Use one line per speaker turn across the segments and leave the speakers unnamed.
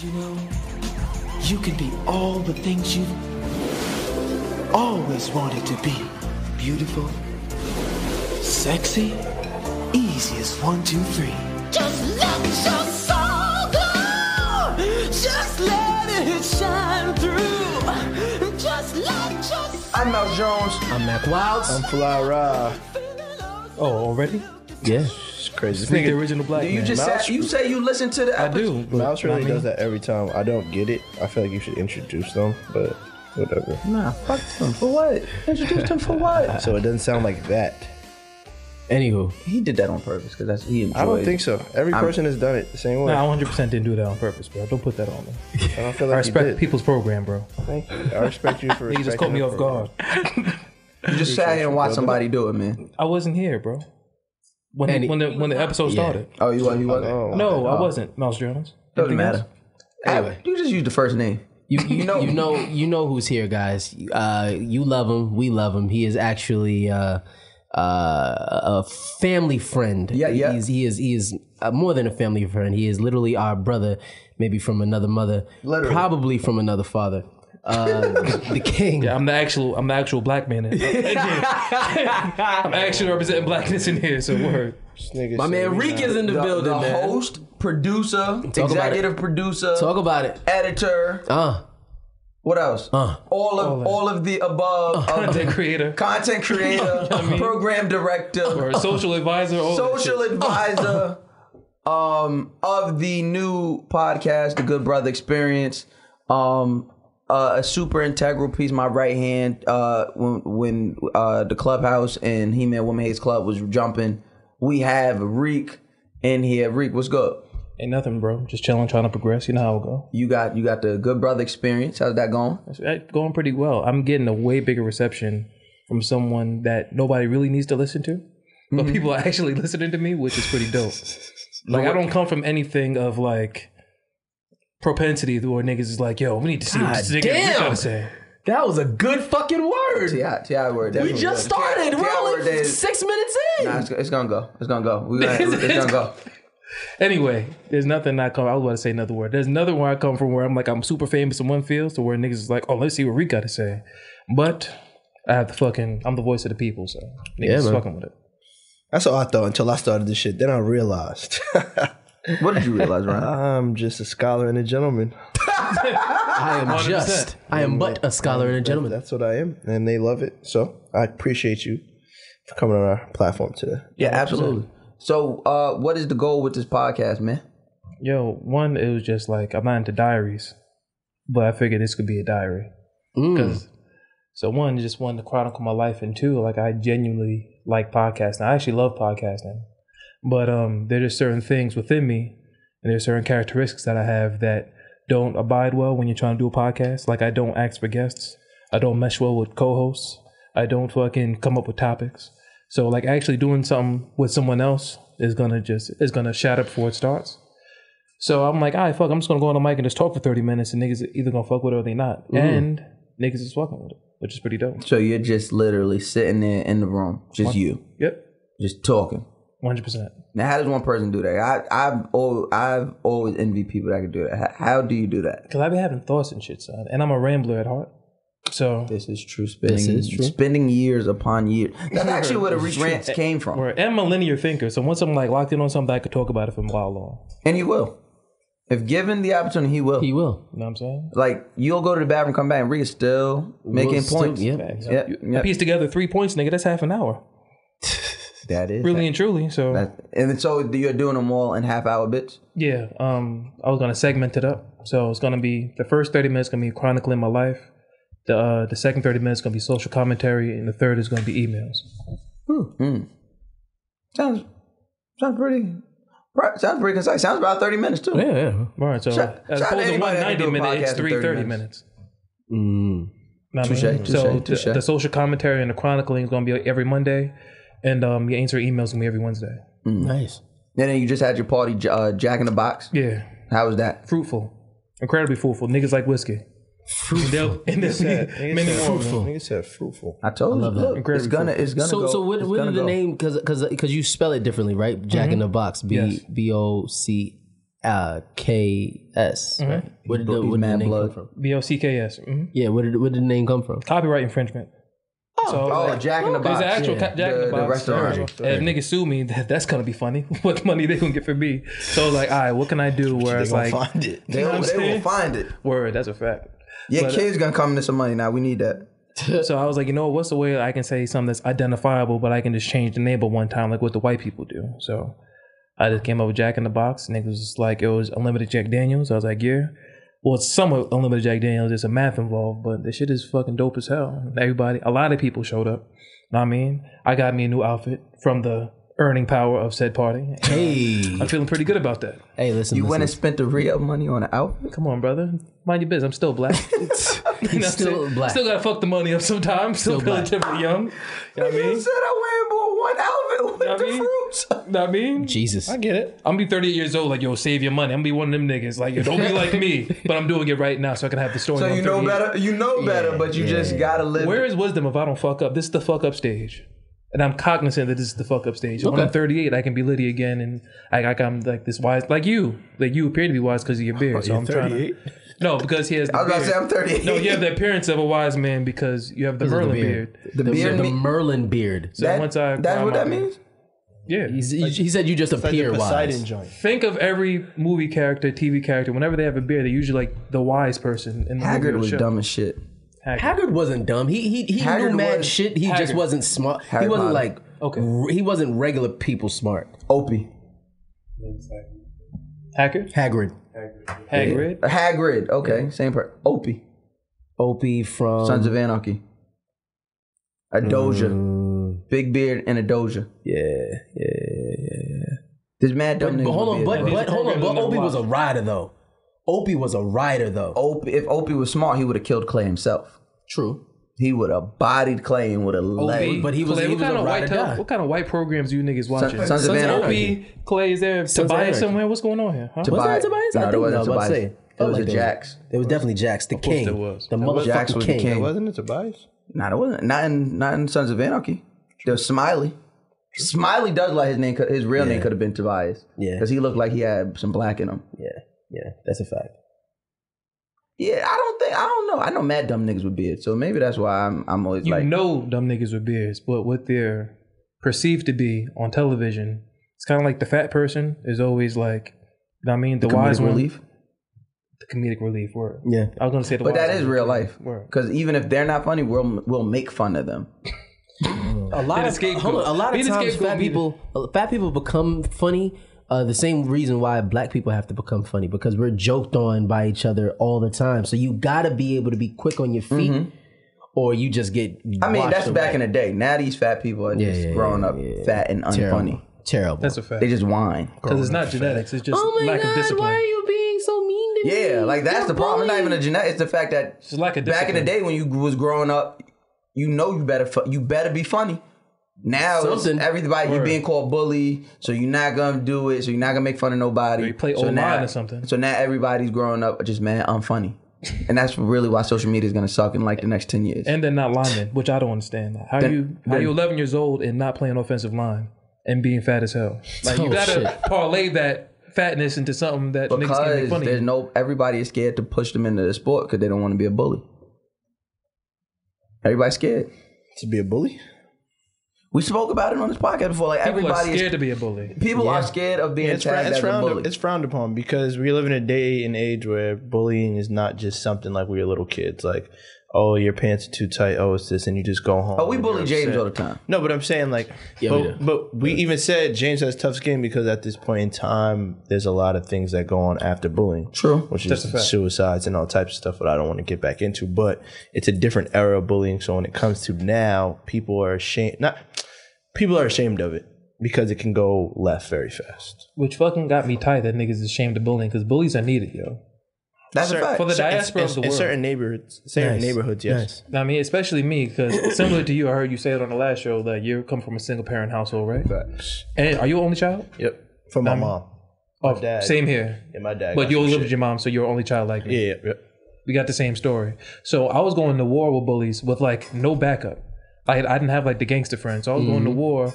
You know, you can be all the things you've always wanted to be. Beautiful, sexy, easy as one, two, three. Just let your soul go. Just let it shine through. Just let your
I'm Mel Jones. I'm Mac Wilds. I'm Fly Rod.
Oh, already?
Yeah.
It's crazy. This nigga, the original black
You
man.
just
Mouse-
said, you say you listen to the
I do. but
Mouse really
I mean,
does that every time. I don't get it. I feel like you should introduce them, but whatever.
Nah, fuck them. For what? Introduced him for what?
So it doesn't sound like that.
Anywho,
He did that on purpose because that's he enjoyed.
I don't think so. Every
I'm-
person has done it the same way.
nah, I 100 percent didn't do that on purpose, bro. Don't put that on me.
I don't feel
I
like you
respect
did.
people's program, bro.
Thank you. I respect you for
You
respecting
just caught me
the
off
program.
guard.
You just sat here and watched somebody do it, man.
I wasn't here, bro. When
Andy-
when the when the episode started.
Oh, you was you wasn't.
Oh.
No, I wasn't. Mouse Jones.
Doesn't
Anything
matter.
else?
Hey, you just used the first name.
You, you, you
know-
know, you know, who's here, guys. Uh, you love him. We love him. He is actually uh, uh, a family friend.
Yeah, yeah.
He's, he is. He is uh, more than a family friend. He is literally our brother, maybe from another mother,
Literally.
probably from another father. Uh, the king.
Yeah, I'm the actual. I'm the actual black man. in- I'm actually representing blackness in here. So word.
This nigga
My
said
man
we
Reek
not-
is in the,
The,
building,
the
man.
host, producer,
about
executive producer,
Talk about it.
editor.
Uh,
What else? all of all of the above. of
Content
the
creator
content creator, program director,
or social advisor. All Oh, that
social
shit.
advisor um of the new podcast the good brother experience um uh, a super integral piece my right hand uh when when uh the clubhouse and he-man woman hates club was jumping we have reek in here reek what's good
Ain't nothing, bro. Just chilling, trying to progress. You know how it go.
you got you got the good brother experience how's that going
It's act- going pretty well. I'm getting a way bigger reception from someone that nobody really needs to listen to, but people are actually listening to me, which is pretty dope. like I don't come from anything of like propensity where niggas is like, "Yo, we need to see what this nigga
damn.
trying to say."
that was a good fucking word.
ti ti word we
six minutes in.
Nah, it's, it's gonna go. It's gonna go. We're gonna, it's, gonna go.
Anyway, there's nothing I come. I was about to say another word. There's another where I come from where I'm like I'm super famous in one field, to where niggas is like, "Oh, let's see what Reek got to say," but. I have the fucking. I'm the voice of the people, so niggas is
man.
fucking with it.
That's what I thought until I started this shit. Then I realized
What did you realize, Ryan?
I'm just a scholar and a gentleman.
I am just. I am but a scholar and a gentleman.
That's what I am, and they love it. So I appreciate you for coming on our platform today.
Yeah, absolutely. So, uh, what is the goal with this podcast, man?
Yo, one, it was just like I'm not into diaries, but I figured this could be a diary.
Mm.
So one, just wanted to chronicle my life, and two, like I genuinely like podcasting. I actually love podcasting, but um, there's just certain things within me, and there's certain characteristics that I have that don't abide well when you're trying to do a podcast. Like I don't ask for guests, I don't mesh well with co-hosts, I don't fucking come up with topics. So like actually doing something with someone else is gonna just is gonna shut up before it starts. So I'm like, all right, fuck, I'm just gonna go on the mic and just talk for 30 minutes, and niggas either gonna fuck with it or they not, and niggas is fucking with it, which is pretty dope.
So you're just literally sitting there in the room, just you,
Yep,
just talking.
100. percent
Now, how does one person do that? I, I've, al- I've always envied people that can do that. How, how do you do that?
Cause I be having thoughts and shit, son, and I'm a rambler at heart. So
This is true. Spending,
is true.
spending years upon years. That's actually where the rants came from.
or am a linear thinker. So once I'm like locked in on something, I could talk about it for a while long.
And he will. If given the opportunity, he will.
He will.
You know what I'm saying?
like you'll go to the bathroom, come back, and Rika's still making
Will still-
points.
yeah.
Yep, yep.
Piece together three points, nigga. That's half an hour,
That is
really and truly. So
That- and then so you're doing them all in half hour bits.
Yeah, um, I was gonna segment it up. So it's gonna be the first thirty minutes gonna be chronicling my life. The uh, the second thirty minutes gonna be social commentary, and the third is gonna be emails.
Sounds sounds pretty. right, Sounds pretty concise. Sounds about thirty minutes too.
Yeah, yeah.
All right, so
Shout-
as
shout out to
opposed to
anybody
one
that can do
ninety
a
minute, it's
podcast in
three
30
thirty
minutes.
minutes.
Mm.
Know what I
Touche,
mean?
touche,
So
touche.
The, the social commentary and the chronicling is gonna be every Monday, and um, your answer emails gonna be every Wednesday.
Nice.
And then you just had your party, J- uh, Jack in the Box.
Yeah,
How was that?
fruitful, incredibly fruitful. Niggas like whiskey. Fruitful. And there'll be many more. of them.
Nigga said fruitful.
I told you.
love that.
Look, it's gonna, it's gonna
So,
go.
so what,
it's
what
gonna
did the
go.
name? Because because you spell it differently, right? Jack in the Box. B
Yes.
B O C uh, K S. Right? Where did the, where did the
Mad
name
Blood.
come from?
B O C K S.
Mm-hmm.
Mhm.
Yeah, where did where did the name come from?
Copyright infringement. Oh, so,
Oh, Jack in the
There's
Box.
an actual
yeah.
ca- Jack in
the,
the Box.
restaurant.
And if niggas sue me, that, that's gonna be funny. what money they gonna get for me? So like, all right, what can I do? Where it's like,
find it.
They, will, they will find it.
word, that's a fact.
Your kids gonna come into some money now. We need that.
So I was like, you know, what, what's the way I can say something that's identifiable, but I can just change the name at one time, like what the white people do. So I just came up with Jack in the Box. Niggas was like, it was unlimited Jack Daniels. I was like, yeah. Well, it's somewhat unlimited Jack Daniels. There's some math involved, but the shit is fucking dope as hell. Everybody, a lot of people showed up. Know what I mean, I got me a new outfit from the earning power of said party.
Hey,
I'm feeling pretty good about that.
hey, listen.
You
listen.
went and spent the Rio money on an outfit.
Come on, brother. Mind your biz. I'm still black. You know what I'm
still
saying?
black.
Still gotta fuck the money up sometimes. Still,
black.
relatively young. You know what I
You
mean?
said I went and bought one outfit with
know what
the
I mean?
fruits.
Know what I mean?
Jesus.
I get it. I'm gonna be 38 years old. Like, yo, save your money. I'm gonna be one of them niggas. Like, yo, don't be like me. But I'm doing it right now, so I can have the story.
So
when
you
I'm
know
38.
better. You know better, but you just gotta live.
Where is wisdom if I don't fuck up? This is the fuck up stage. And I'm cognizant that this is the fuck up stage. When I'm 38, I can be Liddy again, and I, I, I'm like this wise, like you. Like you appear to be wise because of your beard. So I'm trying to. No, because he has. The
Oh, I was about
beard.
to say I'm 38.
No, you have the appearance of a wise man because you have the Merlin beard.
The,
beard
the
me-
Merlin beard.
So
That-
once I
that's
grow
what
my-
that means.
Yeah.
He's, he, he said you just appear wise.
joint.
Think of every movie character, TV character. Whenever they have a beard, they're usually like the wise person. In the movie
Haggard
or
was
show.
dumb as shit.
Haggard wasn't dumb. He he, he
Haggard
knew mad
was-
shit. He just
Haggard.
wasn't smart. he
Harry
wasn't
Potter.
like
Okay.
r- he wasn't regular people smart.
Opie.
Haggard.
Haggard,
Hagrid.
Uh, Hagrid. Okay, same part. Opie.
Opie from
Sons of Anarchy. A Doja. Big beard and a Doja.
Mm. yeah yeah yeah. yeah.
This mad dumb
But,
nigga.
but hold on, but
These
but
are
hold on, but
programs
Opie
that
was a rider though. Opie was a rider though.
Opie, if Opie was smart, he would have killed Clay himself.
True.
He would have bodied Clay and would have led.
but he was-
Clay,
he
what
was
kind
a
of
ride
white
or
tel-
die.
what kind of white programs you niggas watching?
Sons of Anarchy.
Opie, Clay is there.
of
Tobias
Anarchy.
somewhere. What's going on here? Huh?
Tobias-
Was that Tobias?
No,
I
there
think no,
wasn't
I was about to
Tobias.
say.
It was
Felt
a
there
Jax.
It was definitely Jax, the
course
king.
there was.
The
There
motherfucking
Jax was the
king.
king.
Wasn't it Tobias?
Nah, it wasn't. Not in not in Sons of Anarchy. There was Smiley. Smiley does like his name. could- His real name could have been Tobias.
Yeah.
because he looked like he had some black in him.
Yeah, yeah, that's a fact.
Yeah, I don't think I don't know. I know mad dumb niggas with beards, so maybe that's why I'm I'm always
you
like
know dumb niggas with beards, but what they're perceived to be on television, it's kind of like the fat person is always like, you know what I mean, the,
comedic
wise one,
relief.
the comedic relief word.
Yeah.
I was gonna say the,
But
wise
that is
one.
real life.
Word.
Because even if they're not funny, we'll we'll make fun of them.
A lot
the
of
scapegoat.
hold on, a lot
Be
of
the
times
scapegoat,
fat
be the-
people uh, fat people become funny. Uh, the same reason why black people have to become funny because we're joked on by each other all the time. So you gotta be able to be quick on your feet, or you just get.
I mean,
washed
that's
away.
back in the day. Now these fat people are just
yeah,
growing
yeah,
up
yeah.
fat and unfunny.
terrible. Terrible.
That's a fact.
They just whine.
Because it's not genetics. It's just
oh my
lack
god!
of discipline.
Why are you being so mean to me?
Yeah, like that's
You're
the problem. It's Not even
bullying.
the genetic. It's the fact that
It's lack of
back in the
discipline.
day when you was growing up, you know you better fu- you better be funny. Now it's
Something.
everybody you're
Word.
being called bully, so you're not gonna do it. So you're not gonna make fun of nobody.
Or you play
so
old
now-
line or something.
So now everybody's growing up just man unfunny, and that's really why social media is gonna suck in like the next ten years.
And they're not linemen, which I don't understand. Like, How you how you 11 years old and not playing offensive line and being fat as hell? Like
Oh,
you gotta
shit.
parlay that fatness into something that niggas can make
because
funny.
there's no everybody is scared to push them into the sport because they don't want to be a bully. Everybody's scared.
To be a bully?
We spoke about it on this podcast before. Like
People are
everybody
scared
is,
to be a bully.
people are scared of being
It's, fr-
tagged
it's,
as a
frowned,
bully.
it's frowned upon because we live in a day and age where bullying is not just something like we were little kids. Like, oh, your pants are too tight. Oh, it's this, and you just go home.
Oh, we
and
bully
you're
James
upset.
all the time.
No, but I'm saying like,
Yeah,
but,
we do.
but we even said James has tough skin because at this point in time, there's a lot of things that go on after bullying.
True.
which
That's a fact.
is suicides and all types of stuff that I don't want to get back into. But it's a different era of bullying. So when it comes to now, people are ashamed. Not people are ashamed of it because it can go left very fast.
Which fucking got me tight that niggas is ashamed of bullying because bullies are needed, yo.
That's a
Certain-
fact.
For the
certain-
diaspora
in,
of the
in
world.
certain neighborhoods, certain
Nice.
neighborhoods, yes.
I mean, especially me, because similar to you, I heard you say it on the last show that you come from a single parent household, right? And are you only child?
Yep, from my mom
Oh,
dad.
same here.
and my dad.
Um, But
got
you
some
only
shit.
lived with your mom, so you're only child like me.
Yeah, yeah, yeah.
we got the same story. So I was going to war with bullies with like no backup. Like I didn't have like the gangster friends. So I was going
Mm-hmm.
to war,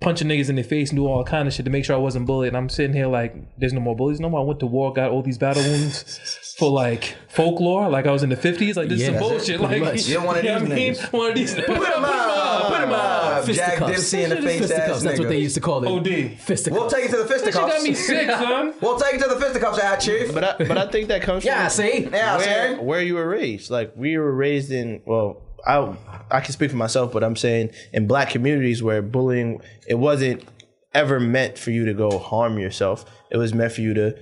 punching niggas in the face, and do all kind of shit to make sure I wasn't bullied. And I'm sitting here like, there's no more bullies no more. I went to war, got all these battle wounds for like folklore, like I was in the 50s. Like this
Yeah,
is some
that's it,
bullshit.
pretty
Like
much.
You're one of
you know
these
what I mean?
niggas.
One of these. Put
him out. Put him out. Jack
Fisticuffs.
Dempsey in the face ass
Fisticuffs, That's what they
nigga.
used to call it.
OD.
Fisticuffs.
We'll take it to the
She got me
fisticuffs.
sick, son.
We'll take it to the fisticuffs, ah, chief.
But I, but I think that comes.
yeah,
from,
see?
Yeah,
where,
sir.
where you were raised. Like we were raised in well, I I can speak for myself, but I'm saying in black communities where bullying it wasn't ever meant for you to go harm yourself. It was meant for you to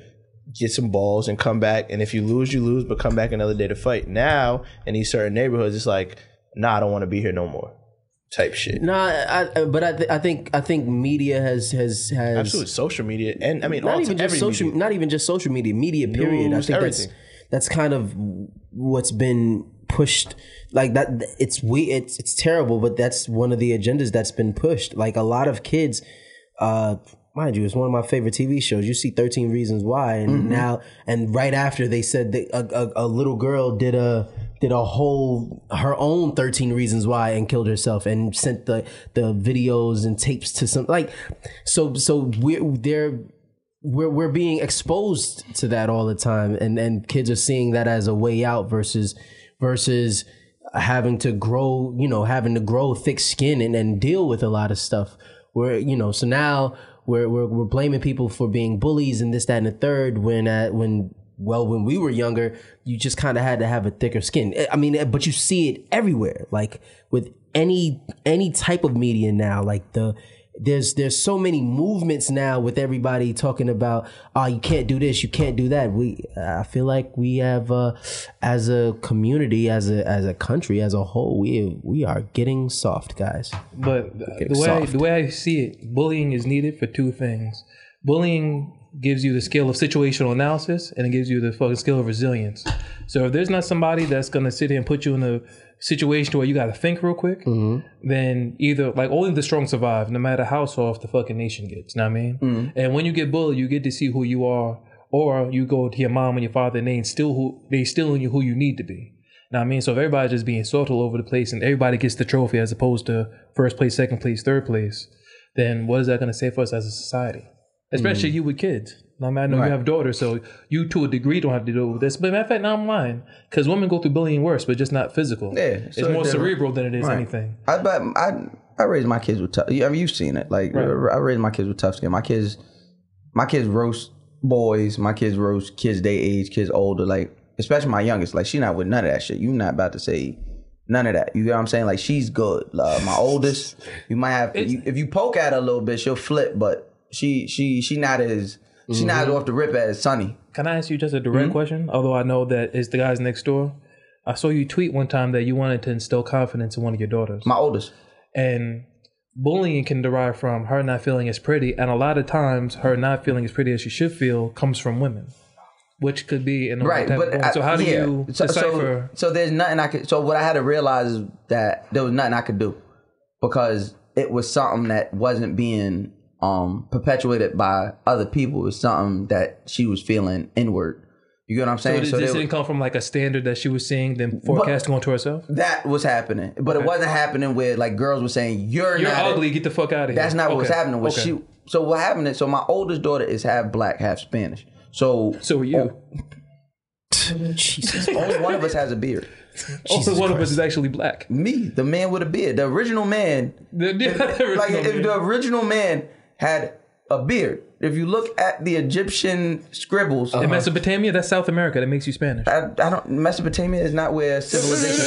get some balls and come back. And if you lose, you lose, but come back another day to fight. Now in these certain neighborhoods, it's like, nah, I don't want to be here no more. Type shit.
No, I, I, but I, th- I think I think media has has has
Absolutely, social media and I mean all
not even just
every
social,
media.
not even just social media, media period.
News,
I think
everything.
that's that's kind of what's been pushed. Like that, it's we, it's it's terrible, but that's one of the agendas that's been pushed. Like a lot of kids, uh, mind you, it's one of my favorite TV shows. You see Thirteen Reasons Why, and
Mm-hmm.
now and right after they said that a, a, a little girl did a did a whole her own 13 reasons why and killed herself and sent the the videos and tapes to some like so so we're they're we're we're being exposed to that all the time and and kids are seeing that as a way out versus versus having to grow you know having to grow thick skin and, and deal with a lot of stuff where you know so now we're, we're we're blaming people for being bullies and this that and the third when uh, when well when we were younger you just kind of had to have a thicker skin I- i mean eh, but you see it everywhere like with any any type of media now like the there's there's so many movements now with everybody talking about oh you can't do this you can't do that we i feel like we have uh, as a community as a as a country as a whole we we are getting soft guys
But the
getting
way I,
soft.
the way I see it, bullying is needed for two things. Bullying gives you the skill of situational analysis, and it gives you the fucking skill of resilience. So if there's not somebody that's gonna sit here and put you in a situation where you gotta think real quick, then either like only the strong survive, no matter how soft the fucking nation gets. Know what I mean?
Mm-hmm.
And when you get bullied, you get to see who you are, or you go to your mom and your father, and they instill who they instill in you who you need to be. Now I mean, so if everybody's just being sort all over the place and everybody gets the trophy as opposed to first place, second place, third place, then what is that going to say for us as a society? Especially
Mm-hmm.
you with kids. Now, I mean, I know you have daughters, so you to a degree don't have to deal with this. But matter of fact, now I'm lying because women go through bullying worse, but just not physical.
Yeah,
it's
so
more
they're-
cerebral than it is
Right.
anything.
I but I I raised my kids with tough. I mean, you've seen it. Like I raised my kids with tough skin. My kids, my kids roast boys. My kids roast kids they age, kids older. Like especially my youngest. Like she not with none of that shit. You not about to say none of that. You know what I'm saying? Like she's good. Like, my oldest, you might have to, you, if you poke at her a little bit, she'll flip. But she she she not as she not as off the rip as Sunny.
Can I ask you just a direct
Mm-hmm.
question? Although I know that it's the guys next door. I saw you tweet one time that you wanted to instill confidence in one of your daughters.
My oldest.
and bullying can derive from her not feeling as pretty and a lot of times her not feeling as pretty as she should feel comes from women which could be in a
right
type of
but
bullying.
I-
so how do
yeah.
you
so,
decipher
So, so there's nothing i could so what i had to realize is that there was nothing i could do because it was something that wasn't being um perpetuated by other people it was something that she was feeling inward you get what i'm
so,
saying
this
So there-
didn't come from like a standard that she was seeing then forecasting onto herself
that was happening but it wasn't happening where like girls were saying you're,
you're
not
ugly get the fuck out of here
That's not what was
Okay.
happening. Was
Okay.
she? So what happened is, so my oldest daughter is half black, half Spanish. So
so were you
only one of us has a beard.
Only one of us is actually black.
Me, the man with a beard, the original man.
The- the original
like if
man.
the original man had a beard. If you look at the Egyptian scribbles,
In Mesopotamia, that's South America. That makes you Spanish.
I, I don't. Mesopotamia is not where civilization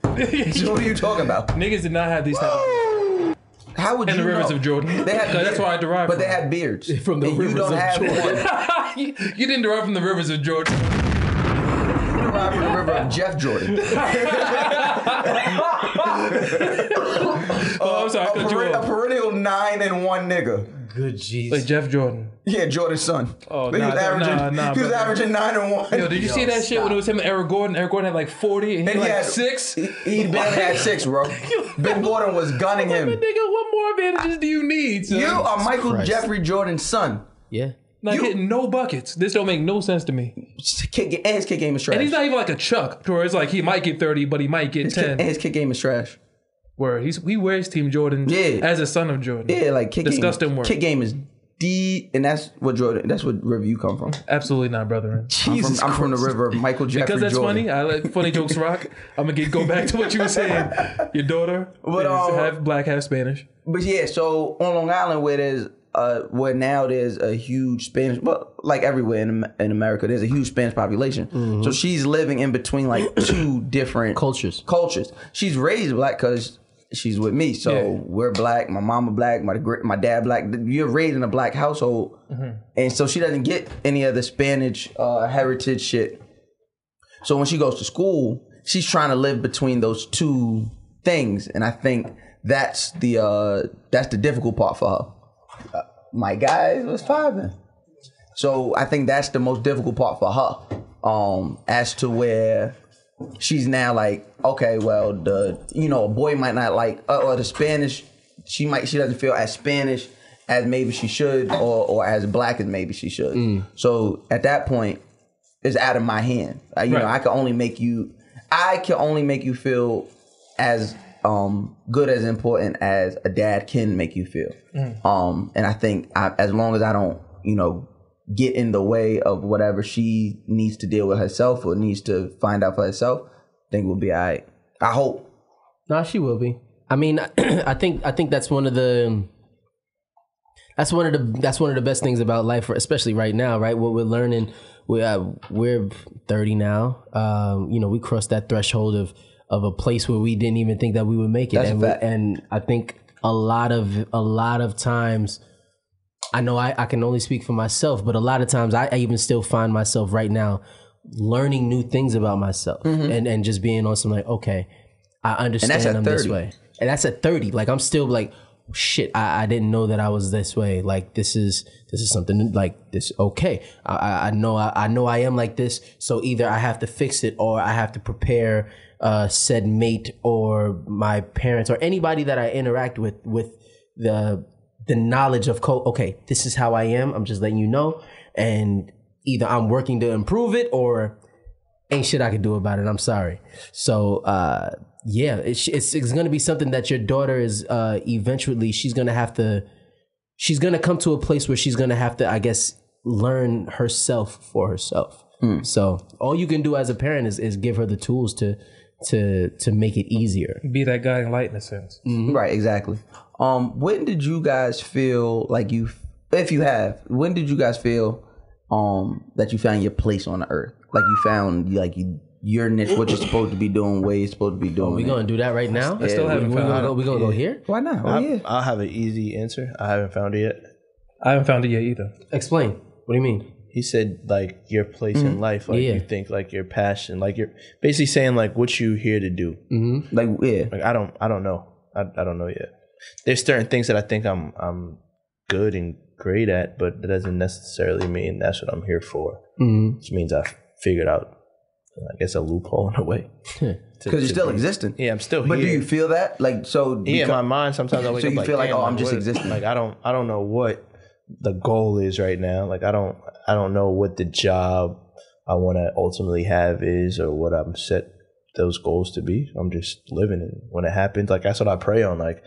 started. so what are you talking about?
Niggas did not have these type of
How would
And
you
the rivers
know?
of Jordan.
They had
Because that's
beards,
where I derived
But they
from.
had beards
From the
and you
rivers
don't
of
have
Jordan.
One. You
you, you didn't derive from the rivers of Jordan.
derived from the river of Jeff Jordan.
Oh, I'm sorry. I
a,
cut you
peren- a
off.
perennial nine and one nigga.
Good Jesus.
Like Jeff Jordan.
Yeah, Jordan's son.
Oh,
he
nah,
was
nah,
averaging,
nah,
he was
brother.
averaging nine and one.
Yo, did you see that shit when it was him and Eric Gordon? Eric Gordon had like 40 and he
And
like
he had
six.
He, he barely had six, bro. ben Gordon was gunning
Like,
him.
nigga, what more advantages do you need? Son?
You are Michael
Christ.
Jeffrey Jordan's son.
yeah.
not
you-
getting no buckets. This don't make no sense to me.
Kick, and his kick game is trash.
And he's not even like a Chuck, where it's like he might get 30, but he might get
his, kick, and
10.
his kick game is trash.
Where he's he wears Team Jordan
Yeah.
as a son of Jordan.
Yeah, like kick
Disgusting
game.
work.
Kick game is D, and that's what Jordan. That's what river you come from.
Absolutely not, brother.
I'm, from, I'm from the river of Michael Jeffrey
Because that's
Jordan.
funny. I let funny jokes rock. I'm gonna get go back to what you were saying. Your daughter
But,
is
uh,
um,
half black, half Spanish.
But yeah, so on Long Island, where there's uh, where now there's a huge Spanish, well, like everywhere in Am- in America, there's a huge Spanish population. So she's living in between like two different
Cultures.
Cultures. She's raised black because she's with me, so
Yeah.
we're black. My mama black. My gr- my dad black. You're raised in a black household, and so she doesn't get any of the Spanish uh, heritage shit. So when she goes to school, she's trying to live between those two things, and I think that's the uh, that's the difficult part for her. Uh, my guys was popping, so I think that's the most difficult part for her. Um, as to where she's now like, okay, well, the you know a boy might not like uh, or the Spanish, she might she doesn't feel as Spanish as maybe she should, or or as black as maybe she should. So at that point, is out of my hand. Uh, you know,
Right.
I can only make you, I can only make you feel as um good as important as a dad can make you feel. Um, and I think I, as long as I don't, you know, get in the way of whatever she needs to deal with herself or needs to find out for herself, I think we'll be all right. I hope.
Nah, she will be. I mean, I think I think that's one of the that's one of the that's one of the best things about life, especially right now, right? What we're learning, we uh, we're thirty now. Um, you know, we crossed that threshold of of a place where we didn't even think that we would make it,
That's a
and we-
fact.
and I think a lot of a lot of times. I know I, I can only speak for myself, but a lot of times I, I even still find myself right now learning new things about myself
Mm-hmm.
and, and just being on some like, okay, I understand
at
I'm this
30.
way. And that's at 30. Like I'm still like, shit, I, I didn't know that I was this way. Like this is this is something like this okay. I- I, I know I, I know I am like this. So either I have to fix it or I have to prepare uh said mate or my parents or anybody that I interact with with the the knowledge of co okay this is how i am i'm just letting you know and either i'm working to improve it or ain't shit i can do about it i'm sorry so uh yeah it's it's, it's gonna be something that your daughter is uh eventually she's gonna have to she's gonna come to a place where she's gonna have to i guess learn herself for herself
Hmm.
so all you can do as a parent is is give her the tools to to to make it easier
Be that guiding light in a sense.
Mm,
Right, exactly. Um, when did you guys feel like you, if you have, when did you guys feel um that you found your place on the earth? Like you found like you your niche, what you're supposed to be doing, where you're supposed to be doing.
Oh, we
it.
gonna do that right now
I still haven't
we
found
gonna
it.
go, we gonna go here
Why not? Oh,
I,
yeah.
I'll have an easy answer. I haven't found it yet.
I haven't found it yet either.
Explain. What do you mean?
he said like your place in life like
Mm-hmm. Yeah.
you think like your passion like you're basically saying like what you here to do
Mm.
Like yeah.
like i don't i don't know I, I don't know yet there's certain things that i think i'm i'm good and great at but that doesn't necessarily mean that's what i'm here for
Mm-hmm.
which means i figured out i guess a loophole in a way
Because you're still existing.
yeah i'm still
But
here
do you feel that? Like so
yeah, my
because-
mind sometimes I wake
So
up
you feel like,
"Damn,
oh, I'm just
what-
existing."
Like I don't, I don't know what the goal is right now. Like I don't, I don't know what the job I want to ultimately have is, or what I'm set those goals to be. I'm just living it. When it happens, like that's what I pray on. Like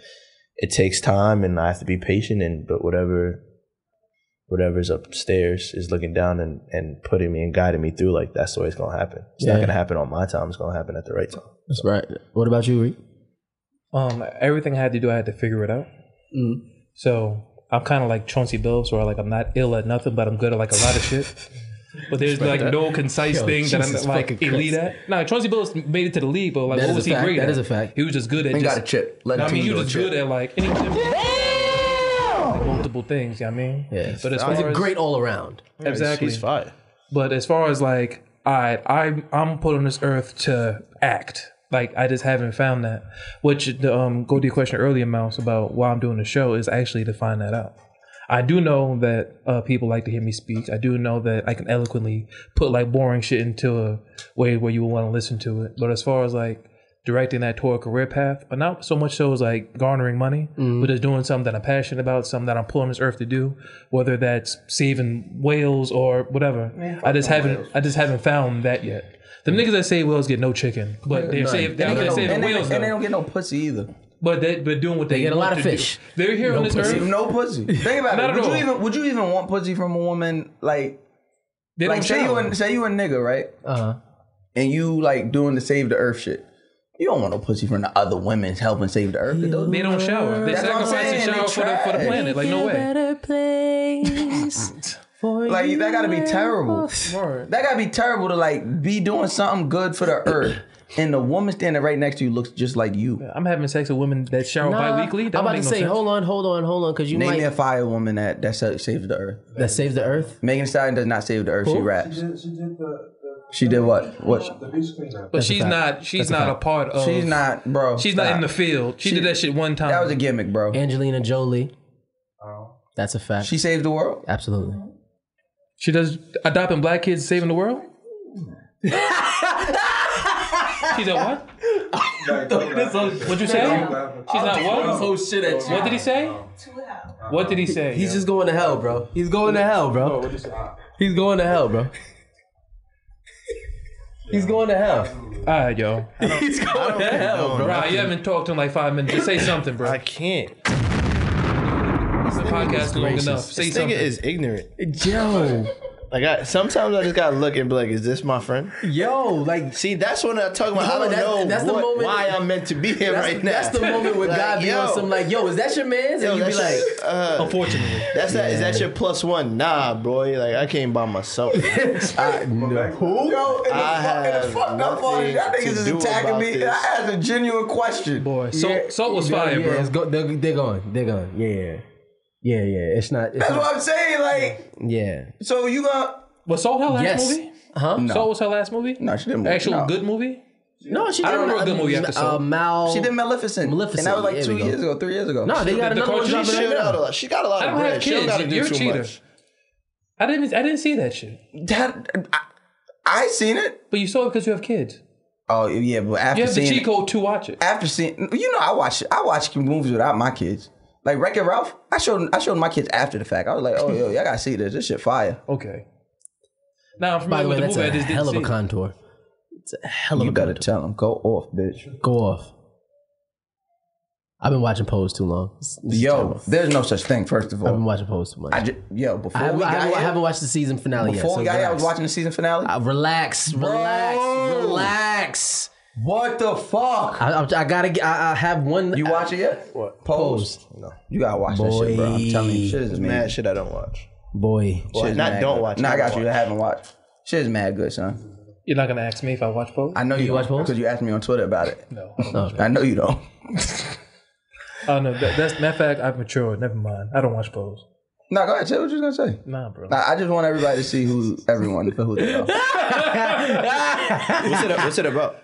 it takes time, and I have to be patient, and but whatever whatever's upstairs is looking down and, and putting me and guiding me through, like that's the way it's gonna happen. It's not
Yeah.
gonna happen on my time. It's gonna happen at the right time.
That's right. What about you, Reek?
Um, everything I had to do, I had to figure it out.
Mm.
So I'm kind of like Chauncey Billups, where like I'm not ill at nothing, but I'm good at like a lot of shit. But there's like no concise
Yo,
thing that
Jesus
I'm like
fucking
elite
Christ.
at. Now Chauncey Billups made it to the league, but like
That
what
is
was
a
he
fact.
great
That
at?
is a fact.
He was just good at.
Ain't
just,
got a chip. Let
No,
the
I mean, he
team do
was
a
just
chip.
good at like any like, multiple things. You know what I mean,
Yeah.
But as
He's
far
a
as
great all around.
exactly,
He's fine.
but as far as like, I I I'm put on this earth to act. Like I just haven't found that. Which the, um, go to your question earlier, Mouse, about why I'm doing the show is actually to find that out. I do know that uh, people like to hear me speak. I do know that I can eloquently put like boring shit into a way where you will want to listen to it. But as far as like directing that toward a career path, but not so much so as like garnering money,
Mm-hmm.
but just doing something that I'm passionate about, something that I'm pulling this earth to do, whether that's saving whales or whatever. I just haven't I just haven't found that yet. The niggas that say whales get no chicken, but they're saving
And they,
they're
don't-
saving
and they-
whales
and they
though.
don't get no pussy either.
But they but doing what they,
get a
want
lot of
to do.
fish.
They're here on this
pussy.
earth.
No pussy. Think about
Not
it.
at
Would
all.
you even would you even want pussy from a woman like
They
like
don't
say you
shower.
a, say you a nigga right
Uh huh.
and you like doing the save the earth shit? You don't want no pussy from the other women helping save the earth. Those-
They don't shower. They
That's what I'm
sacrifice and
saying.
shower
They
for the, for the
trash.
planet. Like no way.
Better place for
Like
you
that gotta be
and
terrible.
Word.
That gotta be terrible to like be doing something good for the earth, and the woman standing right next to you looks just like you.
I'm having sex with women that shower
Nah,
bi-weekly. That
I'm
don't
about to
make no
say,
sense.
hold on, hold on, hold on, because you
Name
might
me a fire woman that that sa- saves the earth.
that saves the earth.
Megan Thee Stallion does not save the earth. She
Who?
raps.
did- she did the, the
She did what? What?
the beach cleanup.
But
That's a
she's
fact.
not. She's
That's a
not a,
fact.
part of.
She's not, bro.
She's not
Stop.
in the field. She,
She-
did that shit one time.
That was a gimmick, bro.
Angelina Jolie. That's a fact.
She saved the world.
Absolutely.
she does adopting black kids, saving the world. she's a what? What'd you say? She's not what?
Oh,
shit at
What did he say? What did he say?
He's just going to hell, bro. He's going to hell,
Oh,
bro. He's going to hell, bro. He's going to hell.
all right, yo.
He's going to hell, bro.
Right, you haven't talked in like five minutes. Just say something, bro.
I can't.
It's a podcast long enough. Say
This nigga
something.
is ignorant.
Yo,
Like I, sometimes I just gotta look and be like, is this my friend?
yo, like
See, that's when I talk about.
No,
I don't
that's-
know
that's the
what-
moment-
why I'm meant to be here
that's,
right now.
that's the moment where
Like,
God be on
yo.
some like, yo, is that your man's?
Yo,
And you be
that's
like,
just, uh,
Unfortunately,
That's that. Is that your plus one? Nah, boy. Like I came by myself.
Who? Yo, and the,
I
fuck, and the
have
fucked up part,
nothing
that
to
niggas is
do
attacking
about
me.
this.
I asked a genuine question.
boy. Salt, salt was
yeah,
fire,
yeah,
bro.
it's go- they're, they're gone, they're gone. Yeah, yeah, yeah, yeah. It's not. It's
That's
not
what I'm saying. Like,
yeah.
so you got
Was Salt her last
Yes.
movie?
Huh?
Salt was her last movie.
no? She didn't.
Actual
no.
good movie.
No, she
I
did.
don't remember a good movie
uh,
after Soul.
Mal.
She did Maleficent.
Maleficent,
And that was like
there
two
we go.
years ago, three years ago.
No, they got
The
another one
cartoon
She
dropping
shit
right
shit out
now.
a lot. She got a lot
I
of
don't have
bread. She don't
kids.
gotta do
You're a
too
cheater.
much.
I didn't. I didn't see that shit.
that I, I seen it.
But you saw it because you have kids.
Oh yeah, but after
You have the
seeing
cheat
it,
code to watch it.
after seeing, you know, I watch I watch movies without my kids. Like Wreck It Ralph, I showed I showed my kids after the fact. I was like, oh yo, y'all gotta see this. This shit fire.
Okay. Now I'm
By
familiar
the way,
with the
that's
movie.
a
I just
hell of a
didn't see. it.
contour. It's a hell of
You
a
gotta
contour.
tell them go off, bitch.
Go off. I've been watching Pose too long. It's- it's
Yo,
terrible.
there's no such thing. First of
I've been
all,
watching Pose too much.
I just yo before
I, haven't,
we
I
got
haven't- I
here,
haven't watched the season finale
before
yet. so
we got here, I was
relax.
watching the season finale.
Uh, relax, relax,
Bro.
relax.
what the fuck?
I, I, I gotta. get- I, I have one.
you watch it yet? What? Pose.
Pose.
No,
You gotta watch that shit, bro. I'm telling you, shit is amazing.
mad shit I don't watch.
boy.
Well,
Shit's
not
mad
don't
good.
watch.
No, I
don't
got you. I
watch.
haven't watched. Shit is mad good, son.
You're not gonna ask me if I watch both.
I know you,
you watch Pose?
because you asked me on Twitter about it.
no.
I know you don't.
Oh no. That, that's matter of fact. I've matured. Never mind. I don't watch both.
No, go ahead. Say what you was gonna say.
Nah, bro.
I, I just want everybody to see who everyone for who they are.
What's it, what's it about?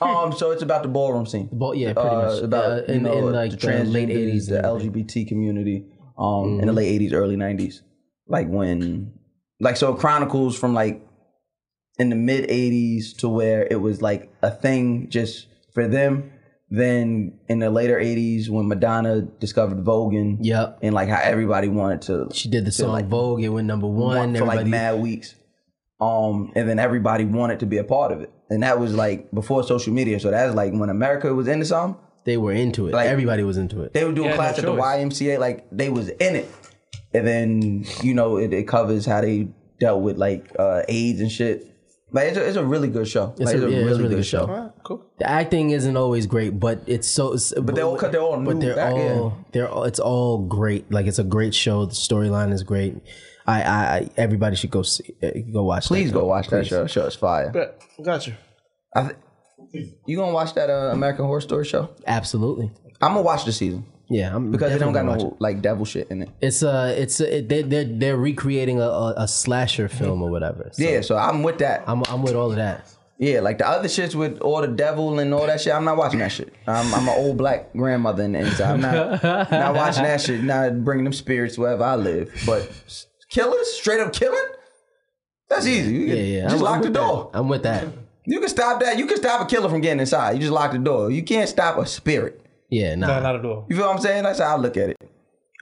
Um, so it's about the ballroom scene.
Ball- yeah, pretty
Uh,
much.
about
Uh,
you
in-
know,
in, like,
the
the late Mm-hmm.
transgenders,
80s
the
and
LGBT community, um, in the late eighties, early nineties, like when, like so, it chronicles from like in the mid eighties to where it was like a thing just for them. Then in the later eighties, when Madonna discovered Voguing,
Yep.
and like how everybody wanted to
She did the song Vogue. It went number one.
one for like
Everybody-
mad weeks. Um, and then everybody wanted to be a part of it. And that was like before social media. So that's like when America was into something,
they were into it. Everybody was into it.
they were doing
Yeah, no
class at the
choice.
YMCA, like they was in it. and then you know it, it covers how they dealt with like uh, AIDS and shit. Like it's a, it's a really good show. Like, It's,
a-
a,
yeah,
really,
it's a really
good,
good
show.
show.
Cool.
The acting isn't always great, but it's so. It's,
But they're all they're all new.
but they're
back, yeah.
all they're all, it's all great. Like it's a great show. The storyline is great. I, I, I everybody should go see, uh, go watch.
Please
that
go watch that show. That show is fire.
But gotcha.
I th- you gonna watch that uh, American Horror Story show?
Absolutely.
I'm gonna watch this season
Yeah, I'm
because it don't
definitely
got
gonna watch
no like devil shit in it.
It's a, it's a, it, they, they're they're recreating a, a, a slasher film or whatever. So
Yeah, so I'm with that.
I'm, I'm with all of that.
Yeah, like the other shits with all the devil and all that shit. I'm not watching that shit. I'm, I'm an old black grandmother in the inside. I'm not not watching that shit. Not bringing them spirits wherever I live. But s- killers, straight up killing, that's easy. You
Yeah,
can
yeah.
Just
I'm,
lock
I'm
the
with that.
door.
I'm with that.
You can stop that. You can stop a killer from getting inside. You just lock the door. You can't stop a spirit.
Yeah, nah.
No, not at all.
You feel what I'm saying? That's how I look at it.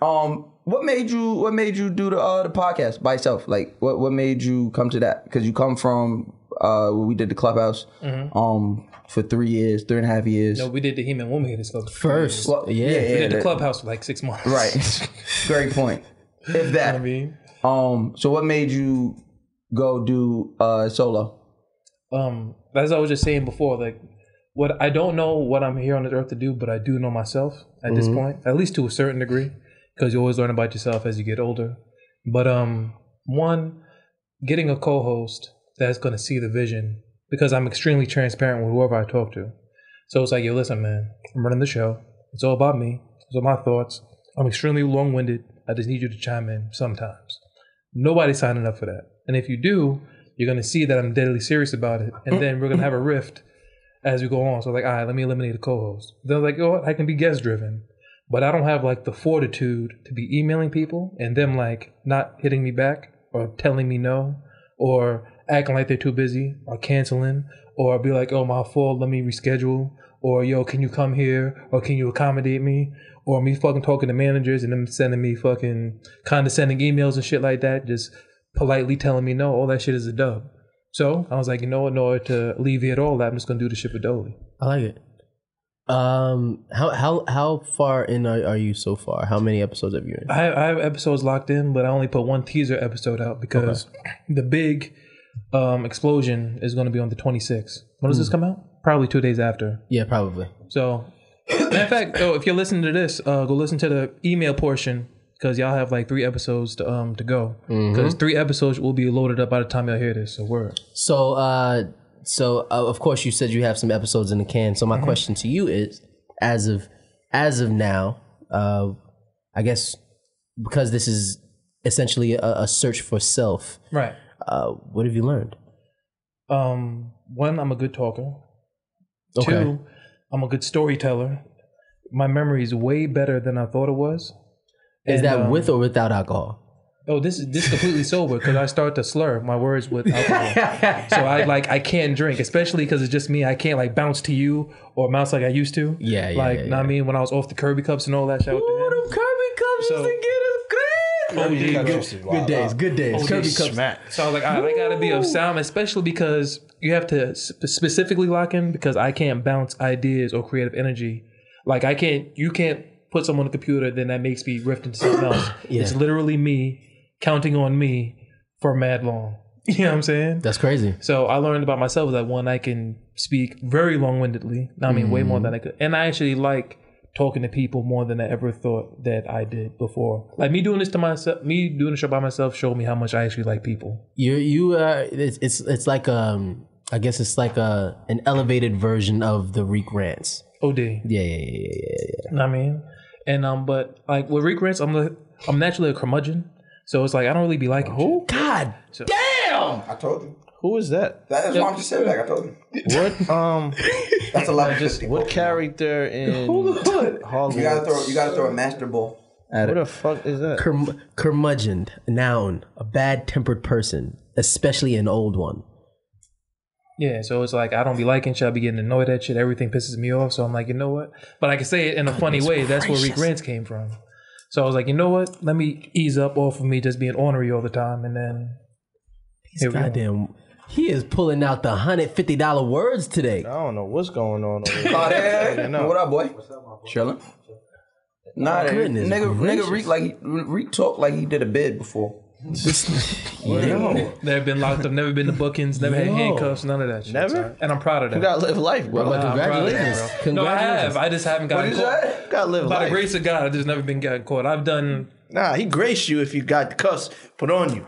Um, what made you what made you do the uh the podcast by yourself? Like what what made you come to that? Because you come from uh we did the clubhouse um for three years, three and a half years.
Mm-hmm. No, we did the He Man Woman Haters Club
First,
Well,
yeah,
yeah,
We
yeah.
did the
that-
clubhouse for like six months.
Right. Great point. If
I
that.
mean,
Um so what made you go do uh solo?
um, as I was just saying before, like, what I don't know what I'm here on this earth to do, but I do know myself at this point, at least to a certain degree, because you always learn about yourself as you get older. But um, one, getting a co-host that's going to see the vision, because I'm extremely transparent with whoever I talk to. So it's like, yo, listen, man, I'm running the show. It's all about me. It's all my thoughts. I'm extremely long-winded. I just need you to chime in sometimes. Nobody's signing up for that. And if you do, you're gonna see that I'm deadly serious about it. And then we're gonna have a rift as we go on. So like, all right, let me eliminate a co-host. They're like, oh, I can be guest driven, but I don't have like the fortitude to be emailing people and them like not hitting me back or telling me no or acting like they're too busy or canceling or be like, oh, my fault, let me reschedule or yo, can you come here or can you accommodate me or me fucking talking to managers and them sending me fucking condescending emails and shit like that, just politely telling me no, all that shit is a dub. So I was like, you know, what, in order to alleviate all that, I'm just gonna do the shit with Dolly.
I like it. Um, how how how far in are, are you so far? How many episodes have you in?
I, I have episodes locked in, but I only put one teaser episode out because the big um, explosion is gonna be on the 26th. When does this come out? Probably two days after.
Yeah, probably.
So, matter of fact, though, if you're listening to this, uh, go listen to the email portion because y'all have like three episodes to um to go. Because three episodes will be loaded up by the time y'all hear this. So word.
So, uh, so uh, of course you said you have some episodes in the can. So my question to you is, as of as of now, uh, I guess because this is essentially a, a search for self.
Right.
Uh, what have you learned?
Um, one, I'm a good talker. Two, I'm a good storyteller. My memory is way better than I thought it was.
is
And,
that
um,
with or without alcohol?
Oh, this is this is completely sober because I start to slur my words with alcohol. so I like I can't drink, especially because it's just me. I can't like bounce to you or bounce like I used to.
Yeah, yeah,
Like,
yeah,
know what I
yeah.
mean, when I was off the Kirby cups and all that shit. Ooh, them Kirby cups
Good days, good days. Kirby Cups.
So I was like, all right, I gotta be of sound, especially because you have to sp- specifically lock in because I can't bounce ideas or creative energy. Like I can't, you can't put someone on the computer, then that makes me rift into something else. It's literally me counting on me for mad long. You know what I'm saying?
That's crazy.
So I learned about myself that one, I can speak very long-windedly. I mean, way more than I could, and I actually like talking to people more than I ever thought that I did before. Like me doing this to myself, me doing the show by myself, showed me how much I actually like people.
you you uh it's it's, it's like um I guess it's like a an elevated version of the Reek rants.
Od,
Yeah, yeah, yeah, yeah, yeah, yeah.
I mean, and um, but like with regrets, I'm the, I'm naturally a curmudgeon, so it's like I don't really be liking who.
God,
I told you.
Who is that?
That is why I'm just sitting back. I told you.
What um
That's a lot of
just what character in Hogwarts?
gotta throw a master ball.
what the fuck is that?
Curm- curmudgeoned noun, a bad tempered person, especially an old one.
Yeah, so it's like I don't be liking shit. I be getting annoyed at shit. Everything pisses me off. So I'm like, you know what? But I can say it in
Oh,
a funny way. That's where regrets came from. So I was like, you know what? Let me ease up off of me just being ornery all the time, and then
He's goddamn. He is pulling out the hundred fifty dollar words today.
I don't know what's going on. Over there.
Oh,
I
there.
don't know.
What up, boy? Chilling. Nah,
Oh,
Goodness
nigga,
gracious.
nigga, Reek like he- Reek talked like he did a bid before. Yo.
They've been locked up, never been to bookings, never had
Yo.
handcuffs, none of that shit.
Never?
son. And I'm proud of that.
You gotta live life, bro.
Well,
I'm proud of
congratulations.
that, bro. No, I
Congratulations.
have. I just haven't
What
gotten
is
caught.
that?
gotta live
By the
life.
grace of God, I've just never been gotten caught. I've done
Nah, he graced you if you got the cuffs put on you.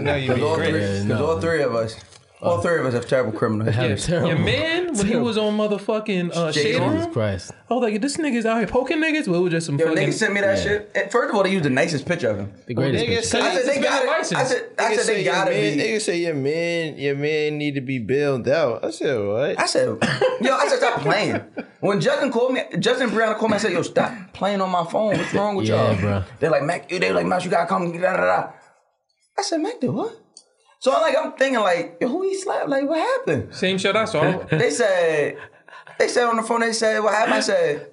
no, you
All
be
three,
great.
because
no.
all three of us, all three of us have terrible criminal
Yeah.
histories.
Terrible.
your man when he was on motherfucking uh,
Shade
shade
Room?
room.
Jesus Christ.
I was like, this nigga's out here poking niggas. Well, it was just some
Yo,
fucking.
nigga sent me that shit. And first of all, they used the nicest picture of him.
The greatest.
Nigga
picture.
say,
I said they got it. I said, I
nigga
said
say
they
your
gotta
man,
be.
Nigga say your man, your man need to be bailed out. I said what?
I said, yo, I said stop playing. When Justin called me, Justin Brianna called me, I said, yo, stop playing on my phone. What's wrong with
Yeah,
y'all?
bro.
They're like, Mac, they were like, Mac, you gotta come. Da, da, da. I said, Mac, did what? So I'm like, I'm thinking like, yo, who he slapped? Like, what happened?
Same shit I saw.
They said, they said on the phone, they said, what happened? I said,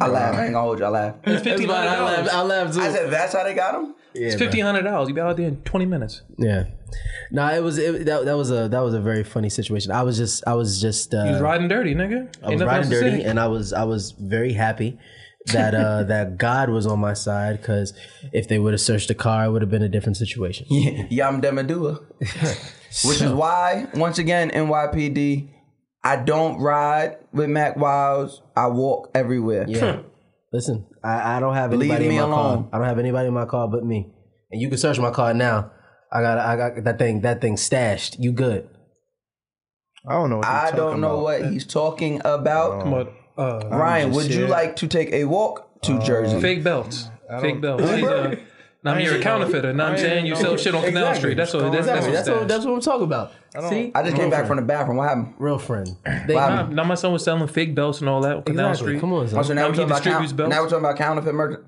I laughed. I ain't gonna hold you. I laughed. I
Fifteen
But
hundred
I laughed. I
dollars.
laughed too.
said, that's how they got him?
It's
Yeah, bro.
fifteen hundred dollars. You be out there in twenty minutes.
Yeah. No, it was it, that, that was a that was a very funny situation. I was just I was just uh,
He's riding dirty, nigga.
I was riding dirty, and I was I was very happy that uh, that God was on my side because if they would have searched the car, it would have been a different situation.
Yeah, Yam Demadua. Which is why, once again, NYPD, I don't ride with Mac Wiles. I walk everywhere.
Yeah. Listen, I, I don't have
Leave
anybody
me
in my
alone.
car. I don't have anybody in my car but me. And you can search my car now. I got I got that thing that thing stashed. You good?
I don't know. What you're
I
talking
don't know
about.
what he's talking about.
But uh,
Ryan,
just
would you
here.
like to take a walk to
Uh,
Jersey?
fake belts, fake belts. He's a, now you're a counterfeiter. Now I'm saying you sell shit on Canal Street. That's what. That's, that's,
Exactly. That's what
what.
that's what I'm talking about. See,
I just came back from the bathroom. What happened?
real friend. They,
Now,
Wow.
now my son was selling fake belts and all that on Canal
exactly.
Street.
Come on, son.
Also, now,
Now
we're
he
talking about
distributes
count-
belts?
now we're talking about counterfeit merchant.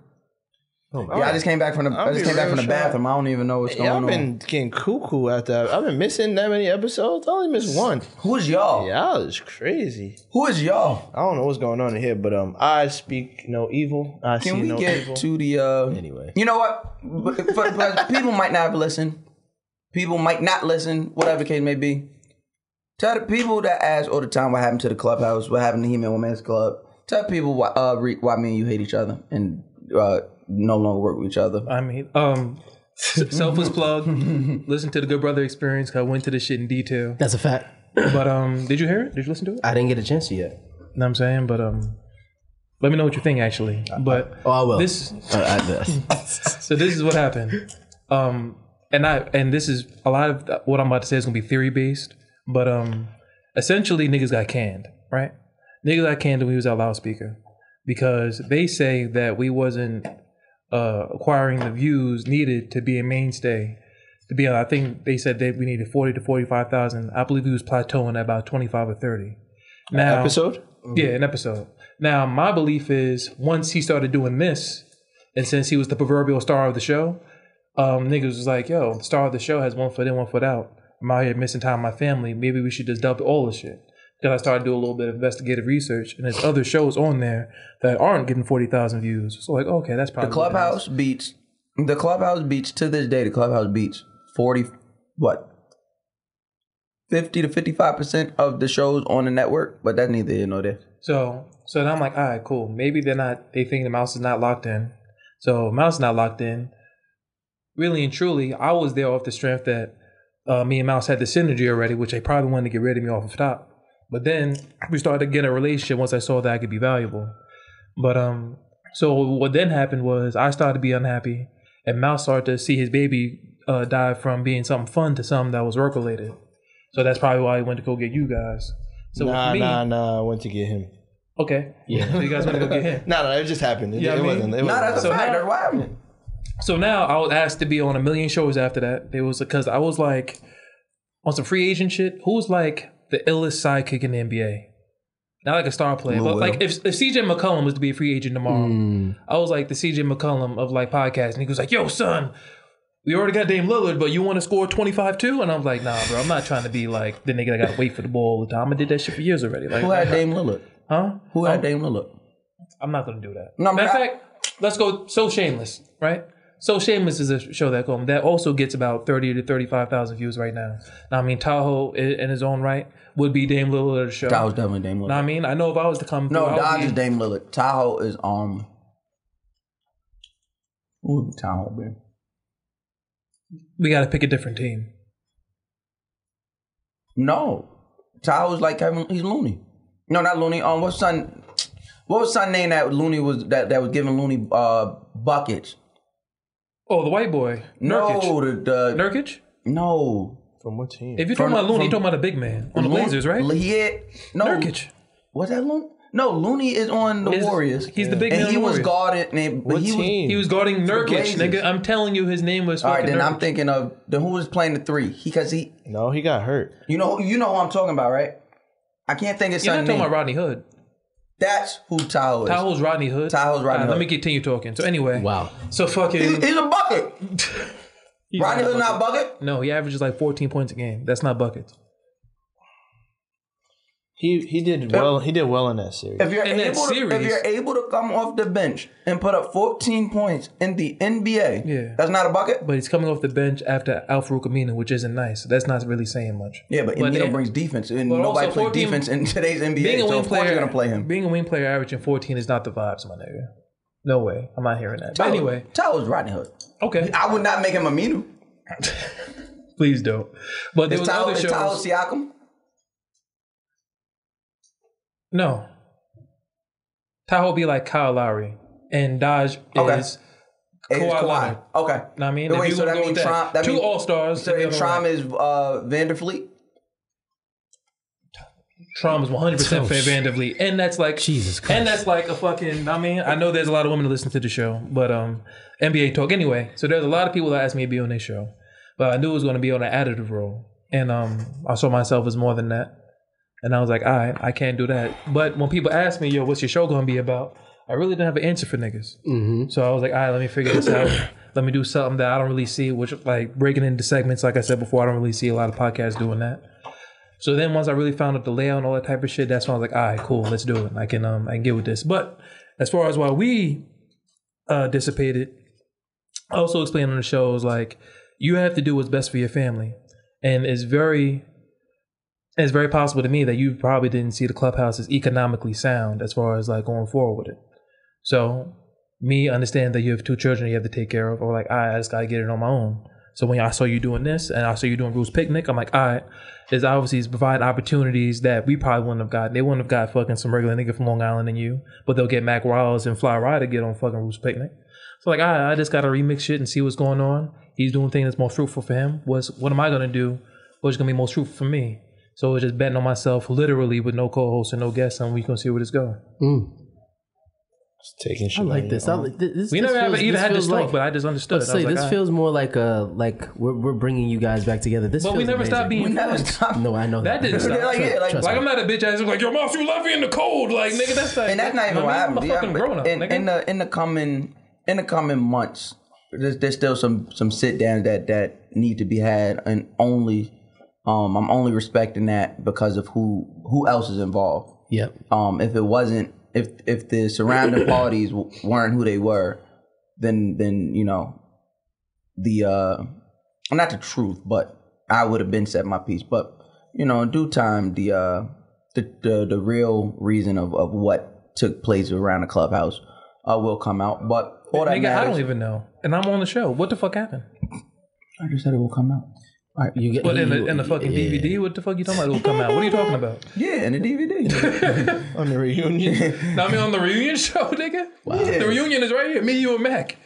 yeah, I just came back from the. i
Oh, I'll
just
be
came back
real
from the
sure.
bathroom. I don't even know what's going
Yeah, I've
on.
been getting cuckoo after I've been missing that many episodes. I only missed one.
Who's y'all?
Y'all is crazy.
Who is y'all?
I don't know what's going on in here, but um, I speak no evil. I see
Can we
no
get
evil.
to the uh
Anyway.
You know what? But- but- but people might not listen. People might not listen, whatever the case may be. Tell the people that ask all the time what happened to the clubhouse, what happened to He Man Women's Club. Tell people why uh re- why me and you hate each other and uh no longer work with each other.
I mean, um, s- selfless plug. Listen to the Good Brother Experience. 'cause I went to this shit in detail.
That's a fact.
But um, did you hear it? Did you listen to it?
I didn't get a chance to yet.
know what I'm saying? But um let me know what you think actually. But
Oh, I will.
this
Uh, I-
so this is what happened. Um and I and this is a lot of th- what I'm about to say is gonna be theory based, but um essentially niggas got canned, right? Niggas got canned when we was our loudspeaker because they say that we wasn't uh acquiring the views needed to be a mainstay. To be, I think they said that we needed forty to forty-five thousand. I believe we was plateauing at about twenty-five or thirty. Now,
episode?
Mm-hmm.
yeah, an episode. Now, my belief is once he started doing this, and since he was the proverbial star of the show, um, niggas was like, yo, star of the show has one foot in, one foot out. I'm out here missing time with my family. Maybe we should just dump all this shit. Then I started doing a little bit of investigative research, and there's other shows on there that aren't getting 40,000 views. So, like, okay, that's probably.
The clubhouse beats the clubhouse beats to this day. The clubhouse beats forty what fifty to fifty five percent of the shows on the network, but that's neither here nor there.
So, so then I'm like, all right, cool. Maybe they're not, they think the mouse is not locked in. So, mouse not locked in. Really and truly, I was there off the strength that uh, me and Mouse had the synergy already, which they probably wanted to get rid of me off of top. But then we started to get a relationship once I saw that I could be valuable. But um, so what then happened was I started to be unhappy, and Mouse started to see his baby uh, die from being something fun to something that was work related. So that's probably why he went to go get you guys. So
Nah,
with me,
nah, nah. I went to get him.
Okay. Yeah. So you guys want to go get him.
Nah, nah. It just happened. It,
Yeah, I
it
mean-
wasn't. It
No,
wasn't.
that's a
So
fact.
now-
That's what happened.
So now I was asked to be on a million shows after that. It was because I was like on some free agent shit. Who's like the illest sidekick in the NBA? Not like a star player, but like if, if CJ McCollum was to be a free agent tomorrow, I was like the CJ McCollum of like podcasting. He was like, "Yo, son, we already got Dame Lillard, but you want to score twenty five too?" And I'm like, "Nah, bro, I'm not trying to be like the nigga that got to wait for the ball all the time. I did that shit for years already. Like,
Who had Dame Lillard?
huh?
Who had Dame Lillard?
I'm not gonna do that.
No, I'm
Matter of
not-
fact, let's go. So shameless, right? So shameless is a show that um, that also gets about thirty to thirty five thousand views right now. Now, I mean, Tahoe i- in his own right would be Dame Lillard of the show.
That was definitely Dame Lillard.
Now, I mean, I know if I was to come,
no,
through, I would
Dodge
be-
is Dame Lillard. Tahoe is um Who would Tom Hope be?
We got to pick a different team.
No, Ty was like Kevin. He's Looney. No, not Looney. Um, what's son? What was son name that Looney was that, that was giving Looney uh buckets?
Oh, the white boy.
No,
Nurkic.
the, the
Nurkic?
no.
From what team?
If you're talking
From-
about Looney, you're
from-
talking about a big man on the
Loon-
Blazers, right?
Yeah. No.
Nurkic.
Was that Looney? No, Looney is on the
Is-
Warriors.
he's the big
and
man on
he
the
was
Warriors.
guarded. And, but
What
he was,
team?
He was guarding Nurkic,
Blazers.
nigga. I'm telling you, his name was.
all right,
fucking
then I'm
Nurkic.
thinking of then who was playing the three? Because he,
no, he got hurt.
you know, you know who I'm talking about, right? I can't think of
You're not
something.
talking about Rodney Hood.
That's who Tahoe is.
Tahoe's Rodney Hood.
Tahoe's Rodney
Alright, Let
Hood.
me continue talking. So anyway,
Wow.
So
He-
fucking.
he's a bucket.
he's
Rodney
not a
Hood not bucket.
No, he averages like 14 points a game. That's not buckets.
He he did well. He did well in that series.
If you're
In that
able, to, if
series-
you're able to come off the bench and put up 14 points in the NBA,
Yeah.
that's not a bucket.
But he's coming off the bench after Alfred Amina, which isn't nice. So that's not really saying much.
Yeah, but,
But
Embiid
then-
brings defense, and
but
nobody
also
plays
14
defense in today's NBA.
Being a
so
wing
of course
player,
you're gonna play him.
Being a wing player averaging 14 is not the vibes, my nigga. No way. I'm not hearing that. But anyway,
Tyler's Rodney Hood.
okay.
I would not make him a Minu.
Please don't. But there
Is
was
Tyler,
other
is
shows.
Tyler Siakam?
No. Tahoe be like Kyle Lowry, and Dodge
Okay.
is.
It's
Kawhi
Kawhi.
Leonard.
Okay.
Know what I mean,
Wait,
If you
so
wanna
that
go
means
with that.
Trom, that
Two
means-
All-Stars
So
and
and
the other
Trom
one.
is uh, Vanderfleet.
Trump is 100 percent
Oh,
fair
sh-
Van Vliet, and that's like
Jesus
and
Christ.
that's like a fucking. I mean, I know there's a lot of women that listen to the show, but um, NBA talk anyway. So there's a lot of people that asked me to be on this show, but I knew it was going to be on an additive role, and um, I saw myself as more than that, and I was like, all right, I can't do that. But when people ask me, yo, what's your show going to be about? I really didn't have an answer for niggas,
Mm-hmm.
so I was like, all right, let me figure this out. Let me do something that I don't really see, which like breaking into segments, like I said before, I don't really see a lot of podcasts doing that. So then once I really found out the layout and all that type of shit, that's when I was like, all right, cool, let's do it. I can um I can get with this. But as far as why we uh dissipated, I also explained on the show is like you have to do what's best for your family. And it's very it's very possible to me that you probably didn't see the clubhouse as economically sound as far as like going forward with it. So me understand that you have two children you have to take care of, or like "All right, I just gotta get it on my own. So when I saw you doing this and I saw you doing Rules Picnic, I'm like, all right, is obviously is provide opportunities that we probably wouldn't have gotten. They wouldn't have got fucking some regular nigga from Long Island and you, but they'll get Mac Wiles and Fly Rye to get on fucking Rules Picnic. So like, all right, I just gotta remix shit and see what's going on. He's doing things that's more fruitful for him. What's what am I gonna do? What's gonna be most fruitful for me? So it's just betting on myself, literally, with no co-host and no guests, and we gonna see where this goes.
Just taking shit.
I like
on
this.
your
I
own.
like this. this
We never
this feels-
ever even had
feels
this talk,
like-
but I just understood.
Let's
I was
say
like, "Ah."
this
"Alright."
feels more like a like we're we're bringing you guys back together. This
But we
feels
never stop
amazing.
being
We never stop.
No, I know
That
that,
didn't
Trust-
stop.
Like, yeah, like-
trust
Like
me.
I'm not a bitch ass. I'm like your mom, you left me in the cold. Like nigga, that's like
and that's not even
I
what
mean,
happened.
I'm a
Yeah,
fucking
but uh,
grown up.
in,
nigga.
in the in the coming in the coming months, there's, there's still some some sit downs that that need to be had, and only um, I'm only respecting that because of who who else is involved.
Yep.
Um, if it wasn't if if the surrounding parties w- weren't who they were, then then you know the uh not the truth, but I would have been set my piece. But you know, in due time, the uh the the, the real reason of of what took place around the clubhouse uh, will come out. But all that
nigga, I
matters,
don't even know, and I'm on the show. What the fuck happened?
I just said it will come out.
You get
But in
you-
the in the fucking
yeah.
DVD, what the fuck you talking about? It'll come out. What are you talking about?
Yeah, in the DVD.
on the reunion.
Now, I mean, on the reunion show, nigga. The reunion is right here. Me, you, and Mac.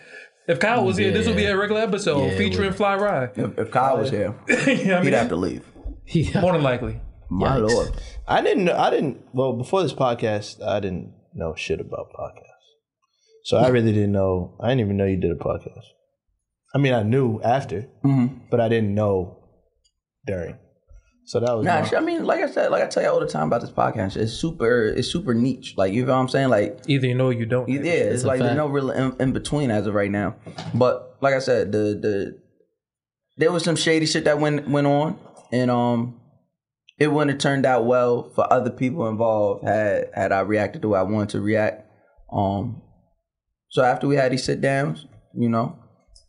If Kyle was here, this would be a regular episode
Yeah, it
featuring Fly Rye.
if, if Kyle was here,
you know what I
he'd
mean?
have to leave.
Yeah.
More than likely.
My
Yikes.
lord.
I didn't. know- I didn't. Well, before this podcast, I didn't know shit about podcasts. So I really didn't know. I didn't even know you did a podcast. I mean, I knew after,
Mm-hmm.
but I didn't know during. So that was
Nah,
my-
I mean, like I said, like I tell you all the time about this podcast, it's super, it's super niche. Like you know what I'm saying? Like
Either you know or you don't.
Yeah, it's
a
like there's
fact.
no real in, in between as of right now. But like I said, the the there was some shady shit that went went on, and um, it wouldn't have turned out well for other people involved had had I reacted the way I wanted to react. Um, so after we had these sit downs, you know,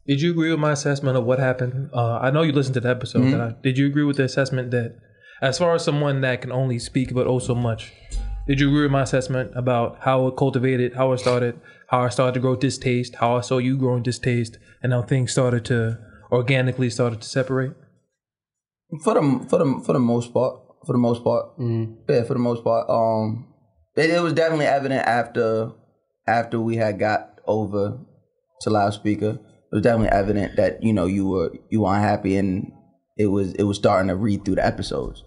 Did you agree with my assessment of what happened? Uh, I know you listened to the episode.
Mm-hmm.
That I, did you agree with the assessment that, as far as someone that can only speak but oh so much, Did you agree with my assessment about how it cultivated, how it started, how I started to grow distaste, how I saw you growing distaste, and how things started to organically started to separate?
for the for the for the most part, for the most part,
Mm.
yeah, for the most part. Um, it, it was definitely evident after after we had got over to loudspeaker. It was definitely evident that you know you were you were unhappy, and it was it was starting to read through the episodes.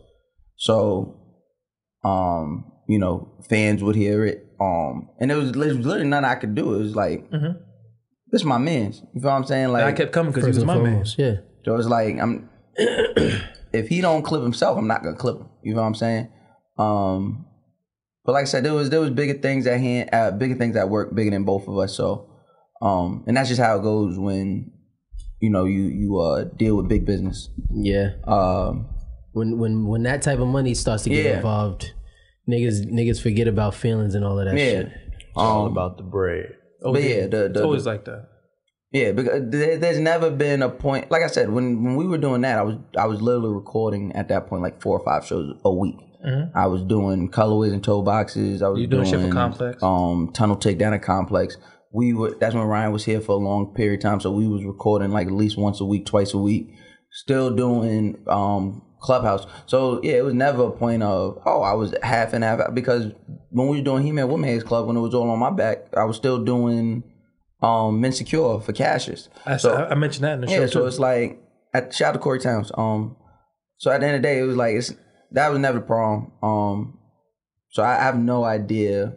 So, um, you know, fans would hear it. Um, and it was, it was literally nothing I could do. It was like, this my man's. You feel what I'm saying? Like
Mm-hmm. And I kept coming because he was my man.
Yeah.
so it's like I'm if he don't clip himself, I'm not gonna clip him. You know what I'm saying? Um but like I said, there was there was bigger things at hand uh, bigger things at work, bigger than both of us. So um and that's just how it goes when you know you you uh deal with big business.
Yeah.
Um
When when when that type of money starts to get
Yeah.
involved, niggas niggas forget about feelings and all of that
yeah.
shit.
all
Um,
about the bread.
Oh,
but yeah, the,
it's
the,
always like that.
Yeah, because uh, there, there's never been a point. Like I said, when when we were doing that, I was I was literally recording at that point like four or five shows a week. I was doing colorways and toe boxes. I was
Mm-hmm. You doing shit for Complex?
Um, tunnel takedown at complex. We were that's when Ryan was here for a long period of time, so we was recording like at least once a week, twice a week. Still doing um clubhouse. So yeah, it was never a point of oh I was half and half because when we were doing He Man Woman's Club when it was all on my back, I was still doing um insecure for Cassius.
I,
so-
I, I mentioned that in the show.
Yeah, so
too.
it's like at, shout out to Corey Towns. Um, so at the end of the day, it was like it's that was never the problem. Um, so I, I have no idea.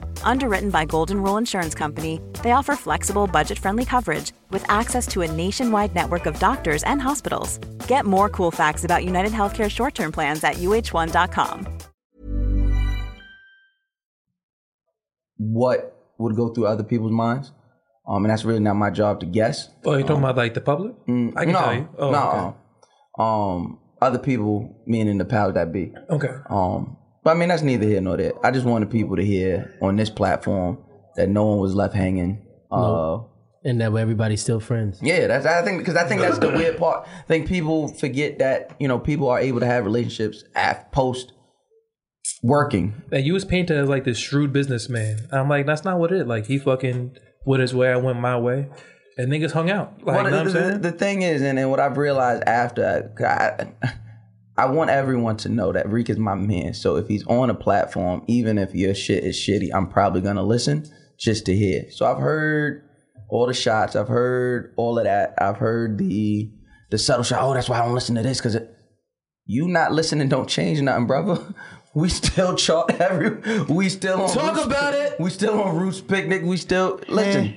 Underwritten by Golden Rule Insurance Company, they offer flexible, budget friendly coverage with access to a nationwide network of doctors and hospitals. Get more cool facts about United Healthcare short term plans at uh1.com.
what would go through other people's minds. Um, and that's really not my job to guess.
oh, you're talking about like the public? I can
uh, mm, no,
tell you. Oh,
no. Um, other people, meaning the powers that be.
Okay. okay.
Um, but I mean, that's neither here nor there. I just wanted people to hear on this platform that no one was left hanging. Uh,
And that way everybody's still friends.
Yeah, that's I think because I think that's the weird part. I think people forget that you know people are able to have relationships at post working.
that you was painted as like this shrewd businessman. I'm like, that's not what it. Like he fucking went his way, I went my way, and niggas hung out. Like,
Well,
you know what I'm
the,
saying?
the- the thing is, and, and what I've realized after, 'cause I, I want everyone to know that Reek is my man. So if he's on a platform, even if your shit is shitty, I'm probably gonna listen just to hear. So I've heard all the shots. I've heard all of that. I've heard the the subtle shot. Oh, that's why I don't listen to this because you not listening don't change nothing, brother. We still chart every. We still on
Talk
Roots-
about it.
We still on Roots Picnic. We still listen.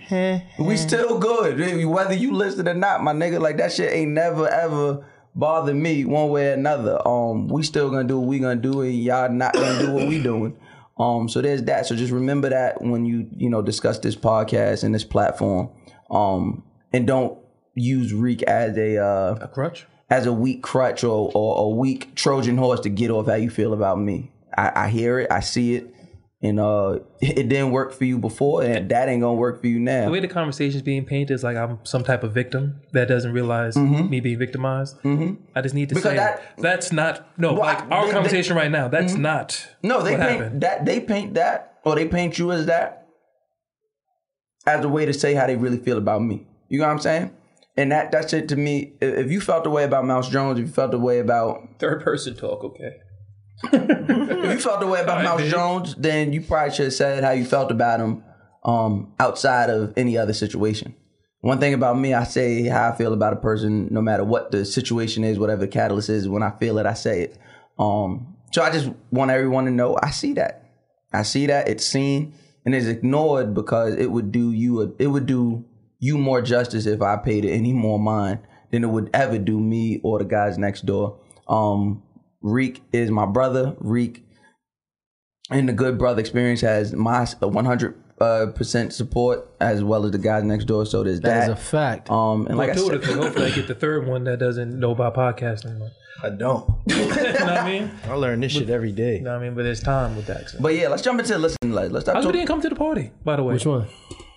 we still good. Whether you listen or not, my nigga, like that shit ain't never ever bothered me one way or another. Um, we still gonna do what we gonna do, and y'all not gonna do what we doing. Um, so there's that. So just remember that when you you know discuss this podcast and this platform, um, and don't use Reek as a uh
a crutch.
as a weak crutch or, or a weak Trojan horse to get off how you feel about me. I, I hear it, I see it, and uh, it didn't work for you before, and that ain't gonna work for you
The
now.
way the conversation's being painted is like I'm some type of victim that doesn't realize me being victimized. I just need to
Mm-hmm. Because
say
that-
that's not no.
Well,
like
I-
our
they- Mm-hmm.
conversation right now, that's not
No, they
what
paint
happened.
that they paint that or they paint you as that as a way to say how they really feel about me. You know what I'm saying? And that that's it to me. i- If you felt the way about Mouse Jones, if you felt the way about
Third person talk, okay.
if you felt the way about Mouse Jones, then you probably should have said how you felt about him um, outside of any other situation. One thing about me, I say how I feel about a person, no matter what the situation is, whatever the catalyst is. When I feel it, I say it. Um, so I just want everyone to know I see that. I see that it's seen and it's ignored because it would do you a, it would do you more justice if I paid it any more mind than it would ever do me or the guys next door. Um, Reek is my brother. Reek and the Good Brother Experience has my 100 uh, percent support as well as the guys next door. So there's
That
that.
is a fact.
um, and like I said,
Fortuitous, hopefully I get the third one that doesn't know about podcasting. anymore.
I don't.
you know what I mean?
I learn this shit every day.
You know what I mean? But it's time with that. So.
but yeah, let's jump into listen. Let's, let's
I
stop
was
talking.
didn't come to the party, by the way.
Which one?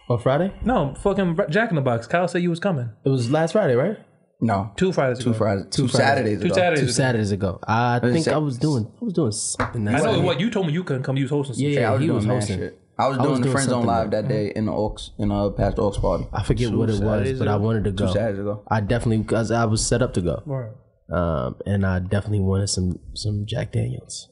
On Friday?
No, fucking Jack in the Box. Kyle said you was coming
It was last Friday, right?
No,
two Fridays ago.
two Fridays, two, Saturdays,
Two
ago.
Saturdays.
Two
ago.
Saturdays ago. I
was
think
Sat-
I was doing I was doing something that
I know
Saturday.
what you told me. You couldn't come. You was hosting. Some
Yeah,
shit.
Yeah, I was
he
doing
was
mad
hosting.
shit. I was
I was
doing the
doing
Friends on
something
Live that day in the Oaks in uh past the Oaks party.
I forget what it was,
Saturdays
but I
ago?
wanted to go.
Two Saturdays ago.
I definitely because I was set up to go,
Right.
um, and I definitely wanted some some Jack Daniels.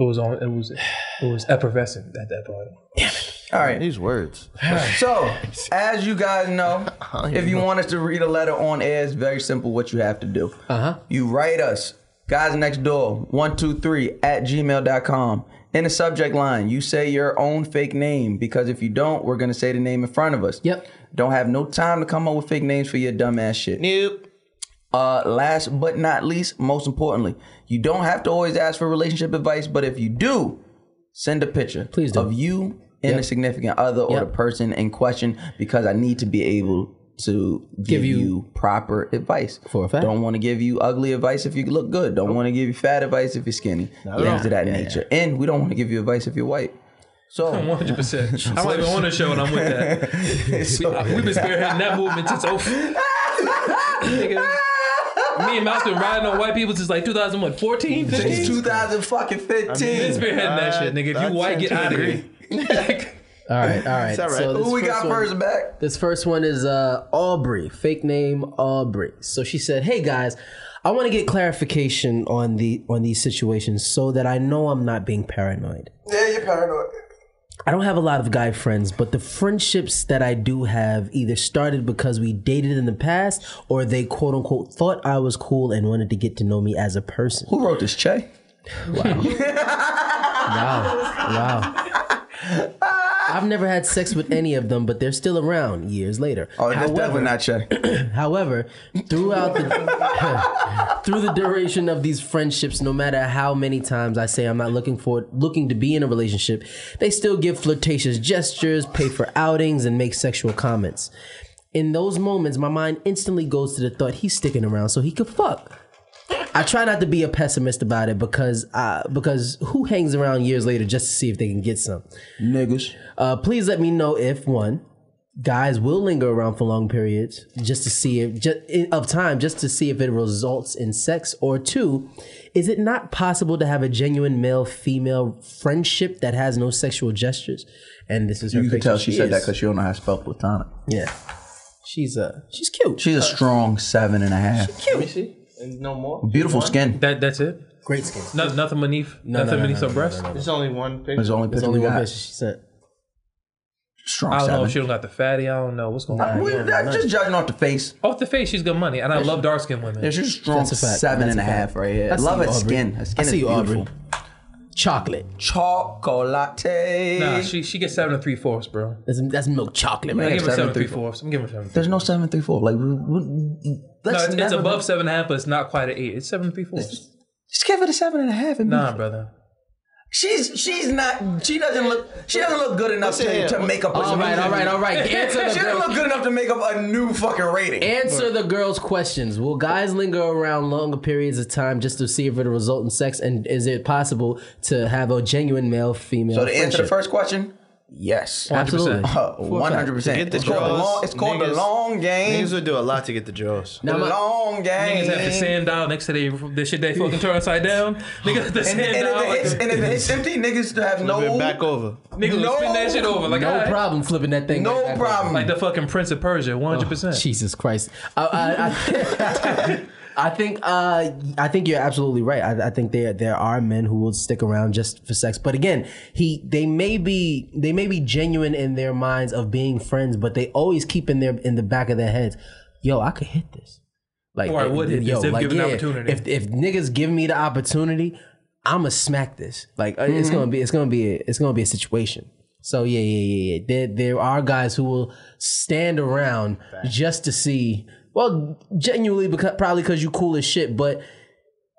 It was on. It was. It was effervescent at that party.
All right.
These words.
So, as you guys know, if you want us to read a letter on air, it's very simple what you have to do. Uh-huh. You write us, guys next door, 123 at gmail.com. In the subject line, you say your own fake name because if you don't, we're going to say the name in front of us.
Yep.
Don't have no time to come up with fake names for your dumbass shit.
Nope.
Uh, last but not least, most importantly, you don't have to always ask for relationship advice, but if you do, send a picture
Please do.
of you and the significant other or
Yep.
the person in question because I need to be able to give,
Give
you,
you-
proper advice.
For a fact.
Don't want to give you ugly advice if you look good. Don't want to give you fat advice if you're skinny. Things of that nature. And we don't want to give you advice if you're white. So,
One hundred percent. I'm not even on the show, and I'm with that. we, have been spearheading that movement since oh. Nigga, me and Mouse been riding on white people since like 2001, 14, 15.
since 2015.
Been spearheading that shit, nigga. If
I
you white,
tend
get
to
out of
agree.
here.
All right, all right.
all right.
So this
who we got
one-
first back?
This first one is uh, Aubrey, fake name Aubrey. So she said, "Hey guys, I want to get clarification on the on these situations so that I know I'm not being paranoid.
Yeah, you're paranoid.
I don't have a lot of guy friends, but the friendships that I do have either started because we dated in the past or they quote unquote thought I was cool and wanted to get to know me as a person."
Who wrote this, Che?
Wow. Wow. I've never had sex with any of them, but they're still around years later.
Oh, that's definitely not Che.
However, throughout the through the duration of these friendships, no matter how many times I say I'm not looking for looking to be in a relationship, they still give flirtatious gestures, pay for outings, and make sexual comments. In those moments, my mind instantly goes to the thought he's sticking around so he could fuck. I try not to be a pessimist about it because uh, because who hangs around years later just to see if they can get some?
Niggas.
Uh, please let me know if one guys will linger around for long periods just to see if just of time just to see if it results in sex or two is it not possible to have a genuine male female friendship that has no sexual gestures and this is her
You can
picture.
tell she, said that
is-
because she don't know how to spell platonic.
yeah she's uh she's cute
She's a strong seven and a half.
Let me see. And no more.
Beautiful skin.
That, that's it?
great skin
No, nothing beneath,
No, no,
nothing
no,
beneath
no,
her
no,
breast?
There's only one picture.
There's only
there's
picture
only
we
one
got.
picture she sent
I
Strong
don't know
seven.
if she don't got the fatty. I don't know what's going on.
We- that's just judging off the face.
Off the face, she's got money, and I love dark skinned women.
Yeah, she's a strong
That's a fact.
seven
That's
and a
a
half
fact.
right here.
I see
Love
you,
her
Aubrey.
skin. Her skin
I see
is
you, Aubrey.
beautiful.
chocolate
Chocolate.
Nah, she she gets seven and three fourths, bro.
that's, that's milk chocolate
I
man
give her
seven
seven
and
and three fourths. I'm giving her seven.
There's no seven three four. Like, we, we,
No,
let's
it's, it's
never-
above seven and a half, but it's not quite an eight. It's seven and three fourths.
Just give it a seven and a half. And
Nah,
be-
brother.
she's she's not. She doesn't look. She doesn't look good enough
it
to,
here?
to make up. a-
all right all right all right answer the
She doesn't
girl-
look good enough to make up a new fucking rating.
Answer the girls' questions. Will guys linger around longer periods of time just to see if it'll result in sex? And is it possible to have a genuine male female?
So to answer
friendship?
the first question, yes, Oh,
absolutely.
100%.
one hundred percent.
Get the
It's called the
draws.
long. It's called the
Niggas-
long game.
Niggas would do a lot to get the draws.
Now,
The
my-
long
Niggas have the
game.
sand dial next to their the shit they fucking turn upside down. Niggas have the
And,
sand
and,
dial.
if it hits,
like,
and if it hits empty, niggas to have
Flip
no
it back over.
niggas will
no-
spin that shit over. Like, uh,
no
alright.
problem flipping that thing. right
no
back
problem. Oh,
Like the fucking Prince of Persia, one hundred
up.
percent.
Jesus Christ! Uh, I, I, I, I think uh, I think you're absolutely right. I, I think there there are men who will stick around just for sex. But again, he they may be they may be genuine in their minds of being friends, but they always keep in their in the back of their heads, yo, I could hit this. Like
Or I would hit this if given the opportunity.
If if niggas give me the opportunity, I'ma smack this. Like uh, it's
Mm-hmm.
gonna be it's gonna be a, it's gonna be a situation. So yeah, yeah, yeah, yeah. There there are guys who will stand around just to see. Well, genuinely, because probably because you cool as shit, but.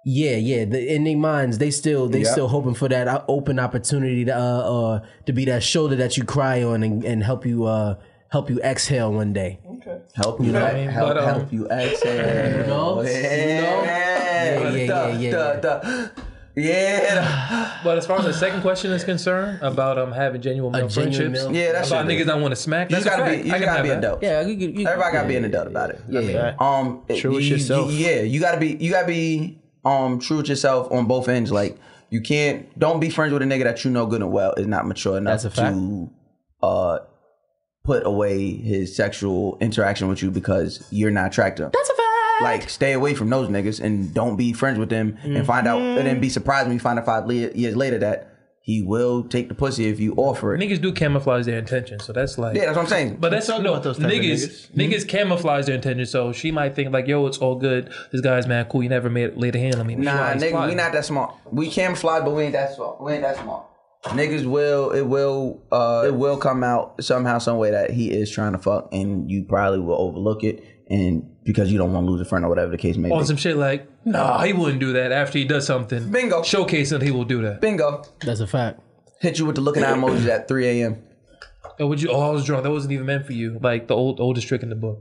Yeah, yeah. The, in their minds, they still they still hoping for that uh, open opportunity to uh, uh to be that shoulder that you cry on and, and help you uh help you exhale one day.
Help you,
know what I
ex-
mean?
help,
But, um,
help you exhale.
You know? You know?
Yeah,
Yeah, yeah,
Duh,
yeah, yeah,
duh,
yeah.
duh. Yeah,
But as far as the second question is concerned, about um having genuine male
genuine
friendships,
male-
Yeah, that
about
shit
niggas I want to smack.
you
That's
just gotta
a fact.
be you
I
just
can
gotta
have
be
that.
adult.
Yeah, you, you,
Everybody gotta be an adult about it.
Yeah.
Yeah. Um,
True with
you-
yourself.
you- yeah, you gotta be. You gotta be um true with yourself on both ends. Like you can't. Don't be friends with a nigga that you know good and well is not mature enough
That's a fact.
to uh put away his sexual interaction with you because you're not attractive. That's a fact. Like stay away from those niggas and don't be friends with them and find out and then be surprised when you find out five le- years later that he will take the pussy if you offer it.
Niggas do camouflage their intentions, so that's like
Yeah, that's what I'm saying.
But that's no
about those type of
niggas. Niggas, camouflage their intentions, so she might think like, "Yo, it's all good. This guy's man, cool. You never made laid a hand on me."
Nah,
She's
nigga, we
plotting.
not that smart. We camouflage, but we ain't that smart. We ain't that smart. Niggas will it will uh it will come out somehow, some way that he is trying to fuck, and you probably will overlook it, and because you don't want to lose a friend or whatever the case may
on
be.
some shit like, "Nah, he wouldn't do that." After he does something,
Bingo.
showcasing he will do that.
Bingo.
That's a fact.
Hit you with the looking eye emojis at 3 a.m.
Yo, would you? Oh, I was drunk. That wasn't even meant for you. Like the old oldest trick in the book.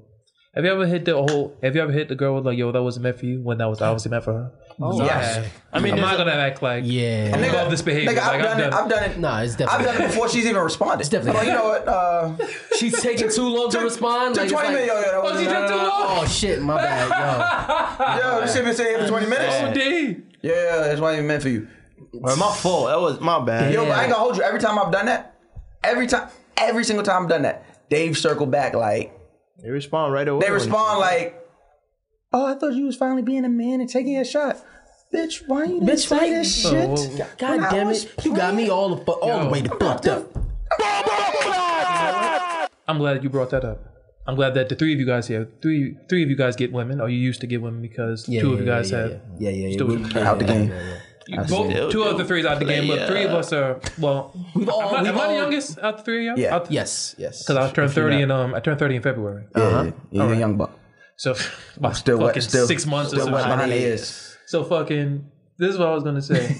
Have you ever hit the whole? Have you ever hit the girl with like, "Yo, that wasn't meant for you," when that was obviously meant for her? Oh,
yes.
I mean, I'm not gonna act like
Yeah.
I love this behavior.
Nigga,
like,
I've, done it. I've done it.
Nah, it's
I've
definitely.
done it before she's even responded. It's
definitely-
you know what? Uh,
She's taking too long to respond.
took
Like, it's
20
like,
minutes. Yo, yo, that wasn't-
she took too long?
Oh shit, my bad,
Yo, this shit been sitting here for 20 minutes.
D.
Yeah, yeah, that's why it meant for you.
Well, my fault. That was my bad.
Yo, but I ain't gonna hold you. Every time I've done that, every time, every single time I've done that, they've circled back like
They respond right away.
they respond like, "Oh, I thought you was finally being a man and taking a shot, bitch. Why you didn't
Bitch,
say
why-
this
Oh,
shit?
well,
yo. God damn it, you got me all the fu- all the way to fucked up.
I'm glad you brought that up. I'm glad that the three of you guys here, three three of you guys get women, or you used to get women because two of you guys have.
Yeah, yeah, yeah.
Still-
We- yeah,
Out the
yeah,
game.
yeah, yeah.
You both, two of the threes out the game. Look, three of us are well.
We've all,
am I,
we've
am I
all,
the youngest out the three of y'all?
Yeah.
Out the-
Yes, yes.
Cause I turned thirty in um I turned thirty in February,
Yeah,
Uh-huh.
yeah, yeah, you're a young buck.
so about
Still
fucking
wet. Still
six months
Still
or
wet
something.
behind the ears.
So fucking, this is what I was gonna say.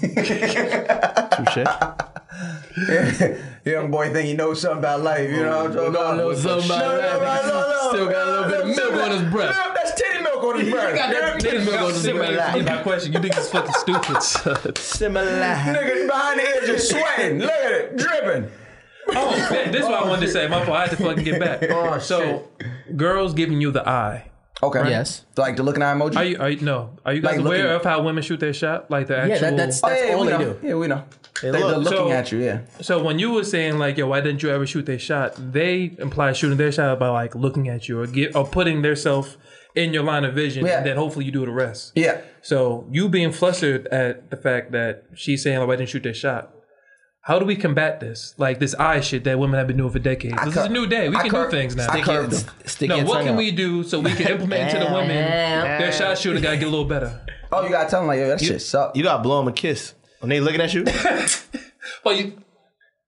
Touche.
Young boy think he knows something about life. You know what I'm talking about?
know Oh, something about
No, no,
life.
no, no, no.
Still got a little bit of
No,
milk
no,
on his
no.
breath.
No, That's titty milk on his breath.
Niggas got shit about it. my question. You think it's fucking stupid? so-
Similar.
Nigga behind the ears just sweating. Look at it, dripping.
oh, man, this is what I wanted to say. My fault. I had to fucking get back.
Oh,
so, girls giving you the eye.
Okay.
Yes.
Like the looking eye emoji.
Are you? Are you no? Are you guys
Like
aware
looking-
of how women shoot their shot? Like the
Yeah,
actual.
that, that's
Oh,
that's all
we
they
know.
do.
Yeah, we know. They, are
look.
looking
So-
at you, yeah.
So when you were saying like, "Yo, why didn't you ever shoot their shot?" They imply shooting their shot by like looking at you or get or putting themselves in your line of vision,
Yeah.
and then hopefully you do the rest.
Yeah.
So you being flustered at the fact that she's saying, like, "Why didn't you shoot that shot?" How do we combat this? Like this eye shit that women have been doing for decades. this
cur-
is a new day. We
I
can
cur-
do things now.
I curved him.
Stick
No,
your
what
tongue
can
out.
we do so we can implement to the women their shot shooting gotta get a little better?
Oh, you gotta tell him like, yo, that shit suck.
You gotta blow them a kiss. When they looking at you,
Well, Oh, you,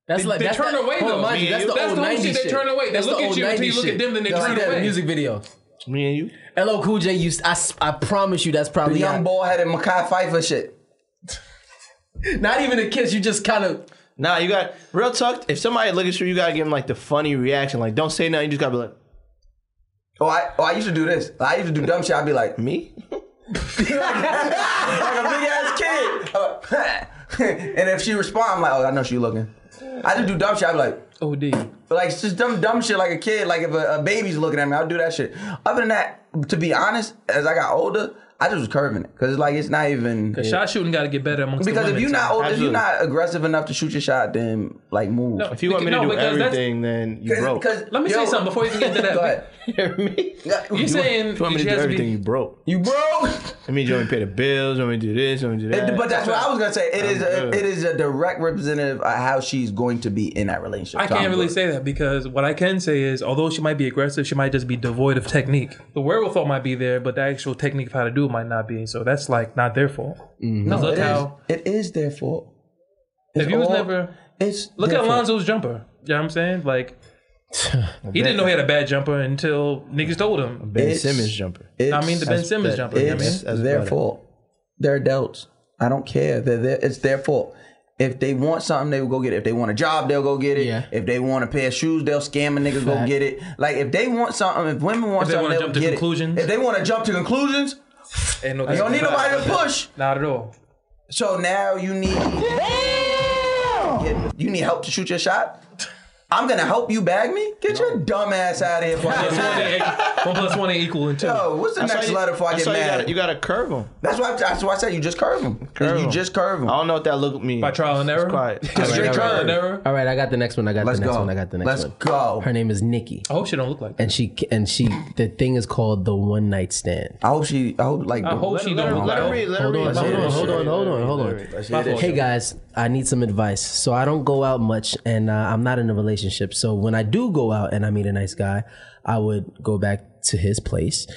That's
They-
like
they
that's
turn
that,
away,
hold on,
though,
mind you,
man.
That's the
That's
old
the only shit
90s
they turn away. They
That's
look
the
at
old
you until you
90s
look at
shit.
them, then they
That's
turn
like that
away.
Music video.
me and you.
LL Cool J used. I, s- I promise you, that's
The
probably
young
not-
ball headed Makai Pfeiffer shit.
Not even a kiss. You just kind of.
Nah, you got real talk. If somebody look at you, you gotta give them like the funny reaction. Like, don't say nothing. You just gotta be like,
Oh, I oh I used to do this. I used to do dumb shit. I'd be like, like
me?
a big ass kid. I'm like, and if she respond, I'm like, oh, I know she looking. I just do dumb shit. I'd be like,
OD.
But like it's just dumb dumb shit like a kid, like if a, a baby's looking at me, I'll do that shit. Other than that, to be honest, as I got older, I just was curving it because it's like it's not even
Because shot shooting got to get better amongst
because
the
if
women.
you're not old, if
Absolutely.
you're not aggressive enough to shoot your shot, then like move.
No,
If you want me to
No,
do
because that's-
everything, then you broke.
Let me say something before you even get to that.
Go ahead.
Hear me?
You're saying
If you want me
she
to do
has to be-
everything, you broke.
You broke.
I mean, you want me to pay the bills? You want me to do this? You want me to do that?
But that's what I was gonna say. It is a,
good.
it is a direct representative of how she's going to be in that relationship.
I
So
can't
I'm
really
good.
say that because what I can say is, although she might be aggressive, she might just be devoid of technique. The wherewithal might be there, but the actual technique of how to do it might not be. So that's like not their fault.
Mm-hmm.
'Cause
It
look
is,
how
it is their fault.
if he was
all-
never
It's
look
their
at
fault.
Alonzo's jumper. You know what I'm saying? Like he didn't know he had a bad jumper until niggas told him.
Ben
It's-
Simmons jumper.
It's,
I mean the Ben Simmons
that-
jumper. You know what I mean?
It's
that's
their
better.
fault. They're adults. I don't care. They're their, it's their fault. If they want something, they will go get it. If they want a job, they'll go get it.
Yeah.
If they want a pair of shoes, they'll scam a nigga, go get it. Like if they want something, if women want
If they
something,
wanna
they'll
jump to
get
conclusions.
it. If they want to jump to conclusions,
Ain't no
you don't need nobody to push.
Not at all.
So now you need Yeah, you need help to shoot your shot. I'm gonna help you bag me. Get your dumb ass out of here. Before I
Plus
get
one,
mad.
ain't, one plus one ain't equal in two.
Yo, what's the
That's
next
why you-
letter before I
that's
get
why
mad?
You gotta, you gotta curve him.
That's why. That's why I said you just curve them.
Curve
you
'em.
just curve them.
I don't know what that look means.
By trial and error.
It's quiet.
By
Straight
trial
curve.
and error.
All right, I got the next one. I got
Let's
the next
go.
one. I got the next
Let's
one.
go.
Her name is Nikki,
I hope she don't look like that.
and she and she. The thing is called the one night stand.
I hope she. I hope like.
I hope she
Let her,
don't.
let her read. Let her
Hold
read. Let
on, hold
her
on,
read.
hold on, hold on, hold on. Hey guys, I need some advice. So I don't go out much, and uh, I'm not in a relationship. So when I do go out and I meet a nice guy, I would go back to his place.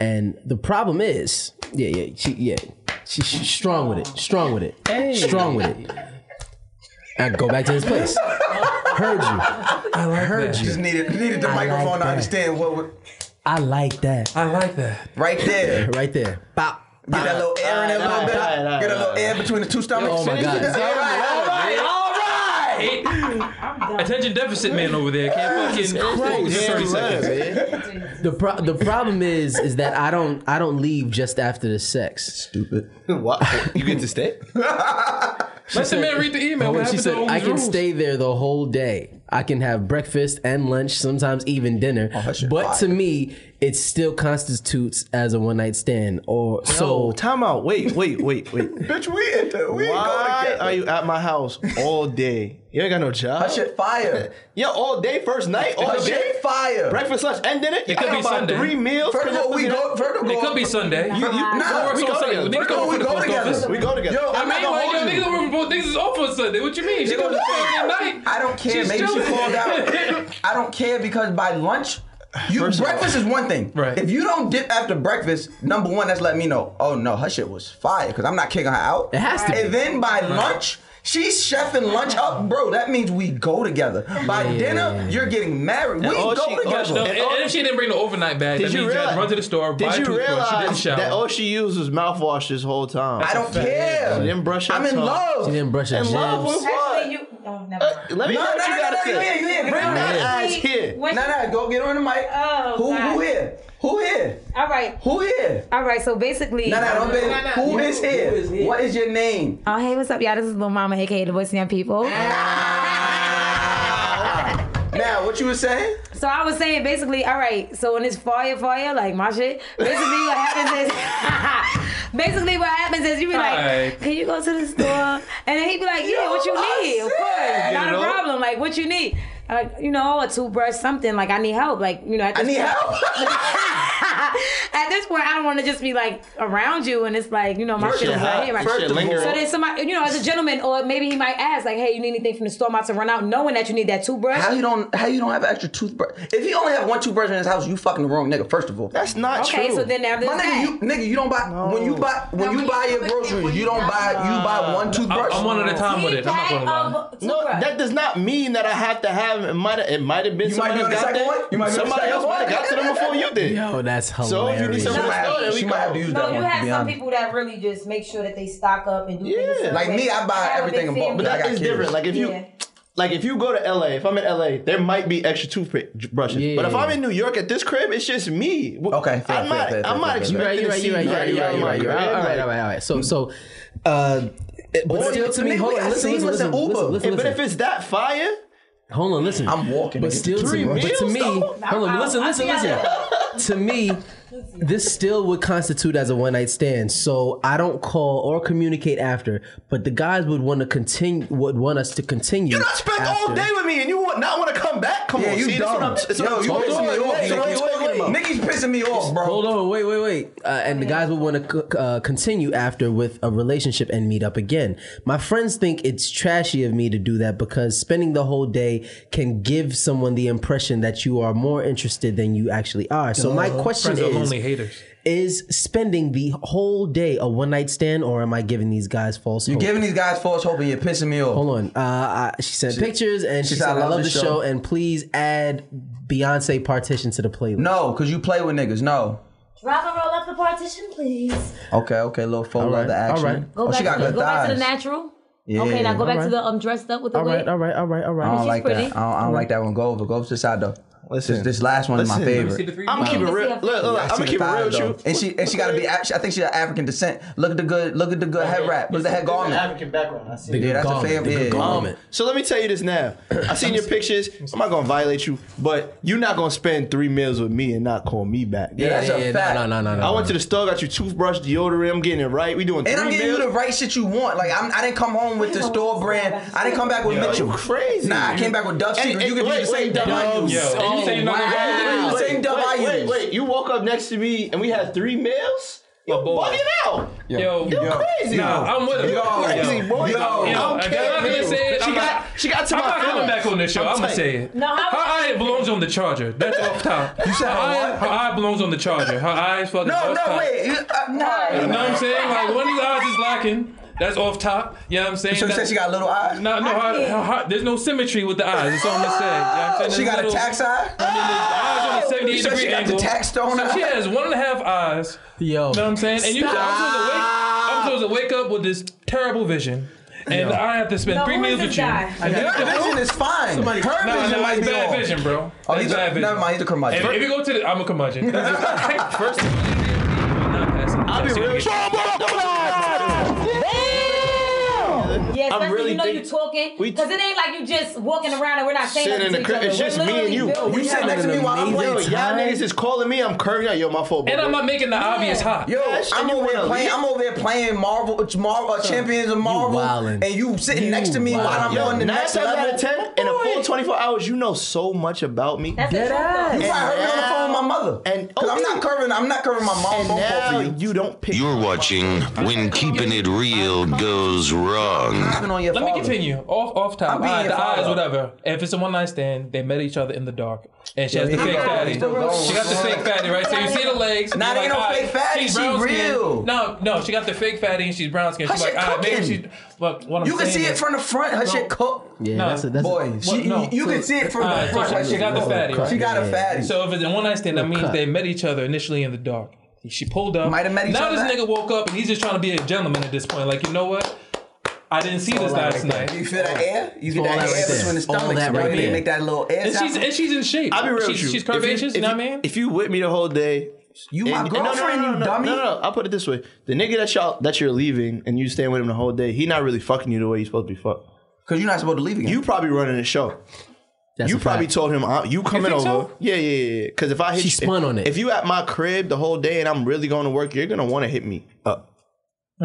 And the problem is, yeah, yeah, she, yeah, she, she's strong with it, strong with it, strong with it. I go back to his place. Heard you. I heard
Just
you.
needed needed the
like
microphone to
that.
understand what. We're,
I like that.
I like that.
right there.
Right there. Bop.
Get that little air in there a
Ah,
little bit.
alright,
Get a little
alright,
air between the two stomachs.
Oh my God.
All right. All right. All right.
Attention deficit man over there can't fucking close in 30 seconds.
The pro- the problem is is that I don't I don't leave just after the sex.
Stupid.
What? You get to stay?
Let the man read the email. What
she
happened
said
to all
I
these
can
rules?
stay there the whole day. I can have breakfast and lunch, sometimes even dinner.
Oh, that shit
but
fire.
to me, it still constitutes as a one night stand. Or
Oh,
so
time out. Wait, wait, wait, wait.
Bitch, we in the we
Why
ain't
are
going
you at my house all day? You ain't got no job.
That shit fire.
Yeah, all day, first night, all
That shit
day,
fire.
breakfast, lunch, and dinner. You
It could
got
be
about
Sunday.
Three meals.
First of all, we go. First of all,
It could be Sunday. You,
Nah,
works
we
on
go
Sunday.
together.
Niggas
First of all,
go
we
to the
go
post office.
together.
We go together.
Yo,
I
I'm not
mean, like, yo,
gonna
niggas
hold you.
over both niggas off on Sunday. What you mean? She goes to Sunday night.
I don't care.
She's
Maybe she
chilling.
called out. I don't care because by lunch, you
First of
breakfast
all-
is one thing.
Right.
If you don't dip after breakfast, number one, that's letting me know. Oh no, her shit was fire because I'm not kicking her out. It
has to be.
And then by lunch. She's chefing lunch up, bro. That means we go together. By dinner, you're getting married. We
all
go
she- all
together.
No,
she-
and, and if she didn't bring the overnight bag, that
Did you
means you had
realize?
to run to the store, buy
did
a
you
toothbrush. She didn't
realize
shower.
that all she used was mouthwash this whole time?
I don't care.
She didn't brush her
I'm in
tongue.
love.
she didn't brush her
And love
nails.
was what?
Actually, you. Oh, never
Uh,
mind.
let me
No,
know
no,
what
no,
you gotta
no,
say.
you here, you here.
Bring
Come
that ass
here.
here.
When-
No, no, go get her on the mic.
Oh,
who,
God.
who here? Who here?
All right.
Who here?
All right. So basically.
No, no, don't be. Who is here?
is here?
What is your name?
Oh, hey, what's up, y'all? This is Lil Mama, aka the Voice of Young People.
Now, what you were saying?
So I was saying basically, all right, so when it's fire, fire, like my shit, basically what happens is basically what happens is you be like,
Alright.
Can you go to the store? And then he'd be like, Yeah, what you
I
need? Of
said,
course. Not
know?
a problem. Like what you need? Like, you know, a toothbrush, something. Like I need help. Like, you know, at
I
this
need
point-
help.
At this point, I don't want to just be like around you, and it's like you know my
Your
shit
shit
is right
hot.
here. Right?
Your shit
So
lingering.
then somebody, you know, as a gentleman, or maybe he might ask like, "Hey, you need anything from the store?" I'm about to run out, knowing that you need that toothbrush.
How you don't? How you don't have an extra toothbrush? If you only have one toothbrush in his house, you fucking the wrong nigga. First of all,
That's not true.
okay, so then now there's
my nigga.
that.
You nigga, you don't buy when you buy when you
when
buy
you-
your groceries.
when
You
you
don't
buy-
buy you buy one toothbrush.
I'm one at a time with it. I'm not going to lie.
No,
Toothbrush.
that does not mean that I have to have. It might it might have been
You might
somebody
be on the
else got
second one?
there.
You might be on the
somebody
second
else might have
one?
got to them before you did.
Yo, that's hilarious.
So if you need
She
some-
might have,
There we
she might
go.
have to
No,
use that
you
one. to
have
be
some
honest.
people that really just make sure that they stock up and do things.
Yeah.
Like me, I buy
have a
everything
big
in bulk, but
family.
That
I got
is
kids.
different. Like if you.
Yeah.
Like if you go to LA, if I'm in LA, there might be extra toothpaste brushes.
Yeah.
But if I'm in New York at this crib, it's just me.
Okay, fair,
I'm
fair,
not.
fair, fair,
I'm not
fair, fair.
You're right,
expecting
you're
to
right,
see
you're right, you're right,
nobody
you're right,
out my
you're right, you're
crib.
right. All right, all right, all right. So so uh it- but
Or
still to me,
nigga,
hold
we
on,
got
listen, listen,
seamless
listen,
and Uber.
listen, listen,
But
listen.
if it's that fire,
Hold on, listen.
I'm walking,
But
nigga.
still,
Three
to, but to
meals,
me,
though?
hold on. Listen,
I- I
listen,
see
listen. to me, this still would constitute as a one night stand. So I don't call or communicate after. But the guys would want to continue. Would want us to continue.
You not spent all
after.
day with me, and you want not want to come back? Come
Yeah,
on,
you
see, that's what
dumb.
I'm. that's what
Yo,
I'm
you
talking
pissing me
about. Wait,
off, nigga.
wait,
You
wait,
talking
wait.
about?
Niggas pissing me off, bro.
Hold on, wait, wait, wait. Uh, and the guys would want to uh, continue after with a relationship and meet up again. My friends think it's trashy of me to do that because spending the whole day can give someone the impression that you are more interested than you actually are. So my question
Friends are
is:
lonely haters.
Is spending the whole day a one night stand, or am I giving these guys false?
You're
hope?
giving these guys false hope and you're pissing me off.
Hold on. Uh, I, she sent
She-
pictures and she, said, "I love the show.
show."
and please add Beyonce partition to the playlist."
No, because you play with niggas. No.
Drop and roll up the partition, please.
Okay, okay, little full
All right,
leather
all
action.
right.
Go
oh,
back,
she got
to, the,
good
go back to the
thighs.
natural.
Yeah.
Okay, now go back to
Alright.
the um dressed up with the
All
wig.
right, all right, all right, all right.
I don't
She's
like
pretty.
that. I don't, I don't like that one. Go over. Go over to the side though.
Listen.
this, this last one is my
Listen. Let me see
favorite.
I'm gonna keep it real. Look, look, I'm gonna keep it real with you.
And she and she got to be. I think she's of African descent. Look at the good. Look at the good head wrap. Look at the head garment.
African background. I see.
The
Yeah, that's a
garment,
favorite.
the
Yeah.
garment.
Um, so let me tell you this now. I seen your pictures. I'm not gonna violate you, but you're not gonna spend three meals with me and not call me back.
Yeah, that's a fact.
No, no, no, no.
I
no.
went to the store, got you toothbrush, deodorant. I'm getting it right. We doing three
And I'm getting
meals.
you the right shit you want. Like I'm, I didn't come home with the store brand. I didn't come back with
Yo,
Mitchell.
you crazy.
Nah, I came back with Dove
And-
Secret.
and
You can be
wait,
the same
wait,
Dove I
Dove's.
use.
Yo, and you say you not the
Wow.
right
The same Dove I
wait, wait,
use.
wait. You woke up next to me and we had three meals. Yo,
boy.
bugging out.
Yo,
You
yo.
crazy.
Nah, I'm with him.
You
Yo,
crazy,
yo,
boy.
yo,
I don't
yo.
care.
I'm not gonna say it.
She
I'm
got,
not-
she got to
I'm
my
not coming
feelings.
back on this show. I'm, gonna
tight.
say it.
No, I-
her eye belongs on the charger. That's off top. You
said
her,
her
eye,
what?
her eye belongs on the charger. Her eyes fucking.
No,
off
no,
top.
wait. You- uh,
You know
No.
what I'm saying? Like one of these eyes is locking. That's off top. You know what I'm saying?
So you said she got little eyes.
No, no, her, her, her, there's no symmetry with the eyes. That's all I'm gonna say. You know what I'm saying?
She
There's
got a
little-
tax eye.
I mean, the eyes on a 78
You said
degree
she got the
angle.
tax stone
so
eye?
she has one and a half eyes.
Yo.
You know what I'm saying? And you, I'm supposed, to wake, I'm supposed to wake up with this terrible vision, and I have to spend
No,
three
who is
meals
this
with you.
guy?
And
Your
then-
vision is fine. Her
Nah,
vision
nah,
might
it's
be
bad
off.
vision, bro.
Oh,
That's
he's
bad
a,
vision.
never mind. He's a curmudgeon.
If, if you go to the, I'm a curmudgeon. First, I'll
I'll be real.
Yeah, especially
really
you know you
think-
talking.
we-
Because it ain't like you just walking around and we're not saying
Sitting
nothing
in
to
the
each
crib.
other. We're
It's just me and
literally
you.
built
You
each
sit
other.
next to me while I'm
Yo,
playing.
y'all niggas is calling me. I'm curving out. Yo, my fault.
And
bro.
I'm not making the obvious hot.
Yo,
Yes,
I'm
and you
over there
wanna
playing.
leave.
I'm over there playing Marvel, uh, Marvel uh, Champions of Marvel,
wildin'.
and you sitting
You
next to me while I'm
Yo,
on the
nine
next
times
level.
out of ten, in a full 24 hours, you know so much about me.
That's the
Dead
truth, though.
ass.
You probably heard me on the phone with my mother.
And-
Cause
oh,
I'm
yeah.
not covering, I'm not covering my mom's
and
phone
now
call for
you.
you.
don't pick.
You're watching When Keeping It Real Goes Wrong.
I've been on your
Let
father.
me continue. Off, off top.
I'm being
All right,
your
the eyes,
father.
whatever. If it's a one night stand, they met each other in the dark, and she has
Yeah,
the fake
yeah.
fatty. She
Still going.
got the fake fatty, right? So you see the legs.
Nah,
you're
they ain't no
all
fake fatty,
she's
she
brown-skinned.
real.
No, no, she got the fake fatty, and she's brown skin.
Her
She's like,
shit
ah, maybe
cooking.
she. But what I'm
You can
saying
see it
is-
from the front. Her shit cooked.
yeah,
No.
that's a, that's
Boy,
A,
she,
What? No.
you can see it from
All
the
right,
front.
so
That
she
shit
got the
cooked.
fatty, right?
She got
Yeah.
a fatty.
So if it's a one night stand, that means they met each other initially in the dark. She pulled up.
Might have met each
now
other.
this nigga woke up and he's just trying to be a gentleman at this point. Like, you know what? I didn't see this last night.
you feel that air? You get
All
that
that
air
right there.
between the
All
stomachs.
that
bro.
right
You
there.
Make that little air.
And she's
sound.
and she's in shape.
I'll be real
she's,
with you.
She's
If you,
curvaceous,
if
you know what I
you-
mean?
If you with me the whole day,
You my girlfriend,
no, no, no,
you
no,
dummy.
No, no, no. I'll put it this way: the nigga that y'all that you're leaving and you staying with him the whole day, he not really fucking you the way you supposed to be fucked.
Because you're not supposed to leave again.
You probably running the show.
that's
you
a
probably
fact.
told him I, you coming
think
over.
so?
Yeah, yeah, yeah. yeah. Because if I hit,
She
you,
spun
if,
on it.
If you at my crib the whole day and I'm really going to work, you're gonna want to hit me up.
Hmm.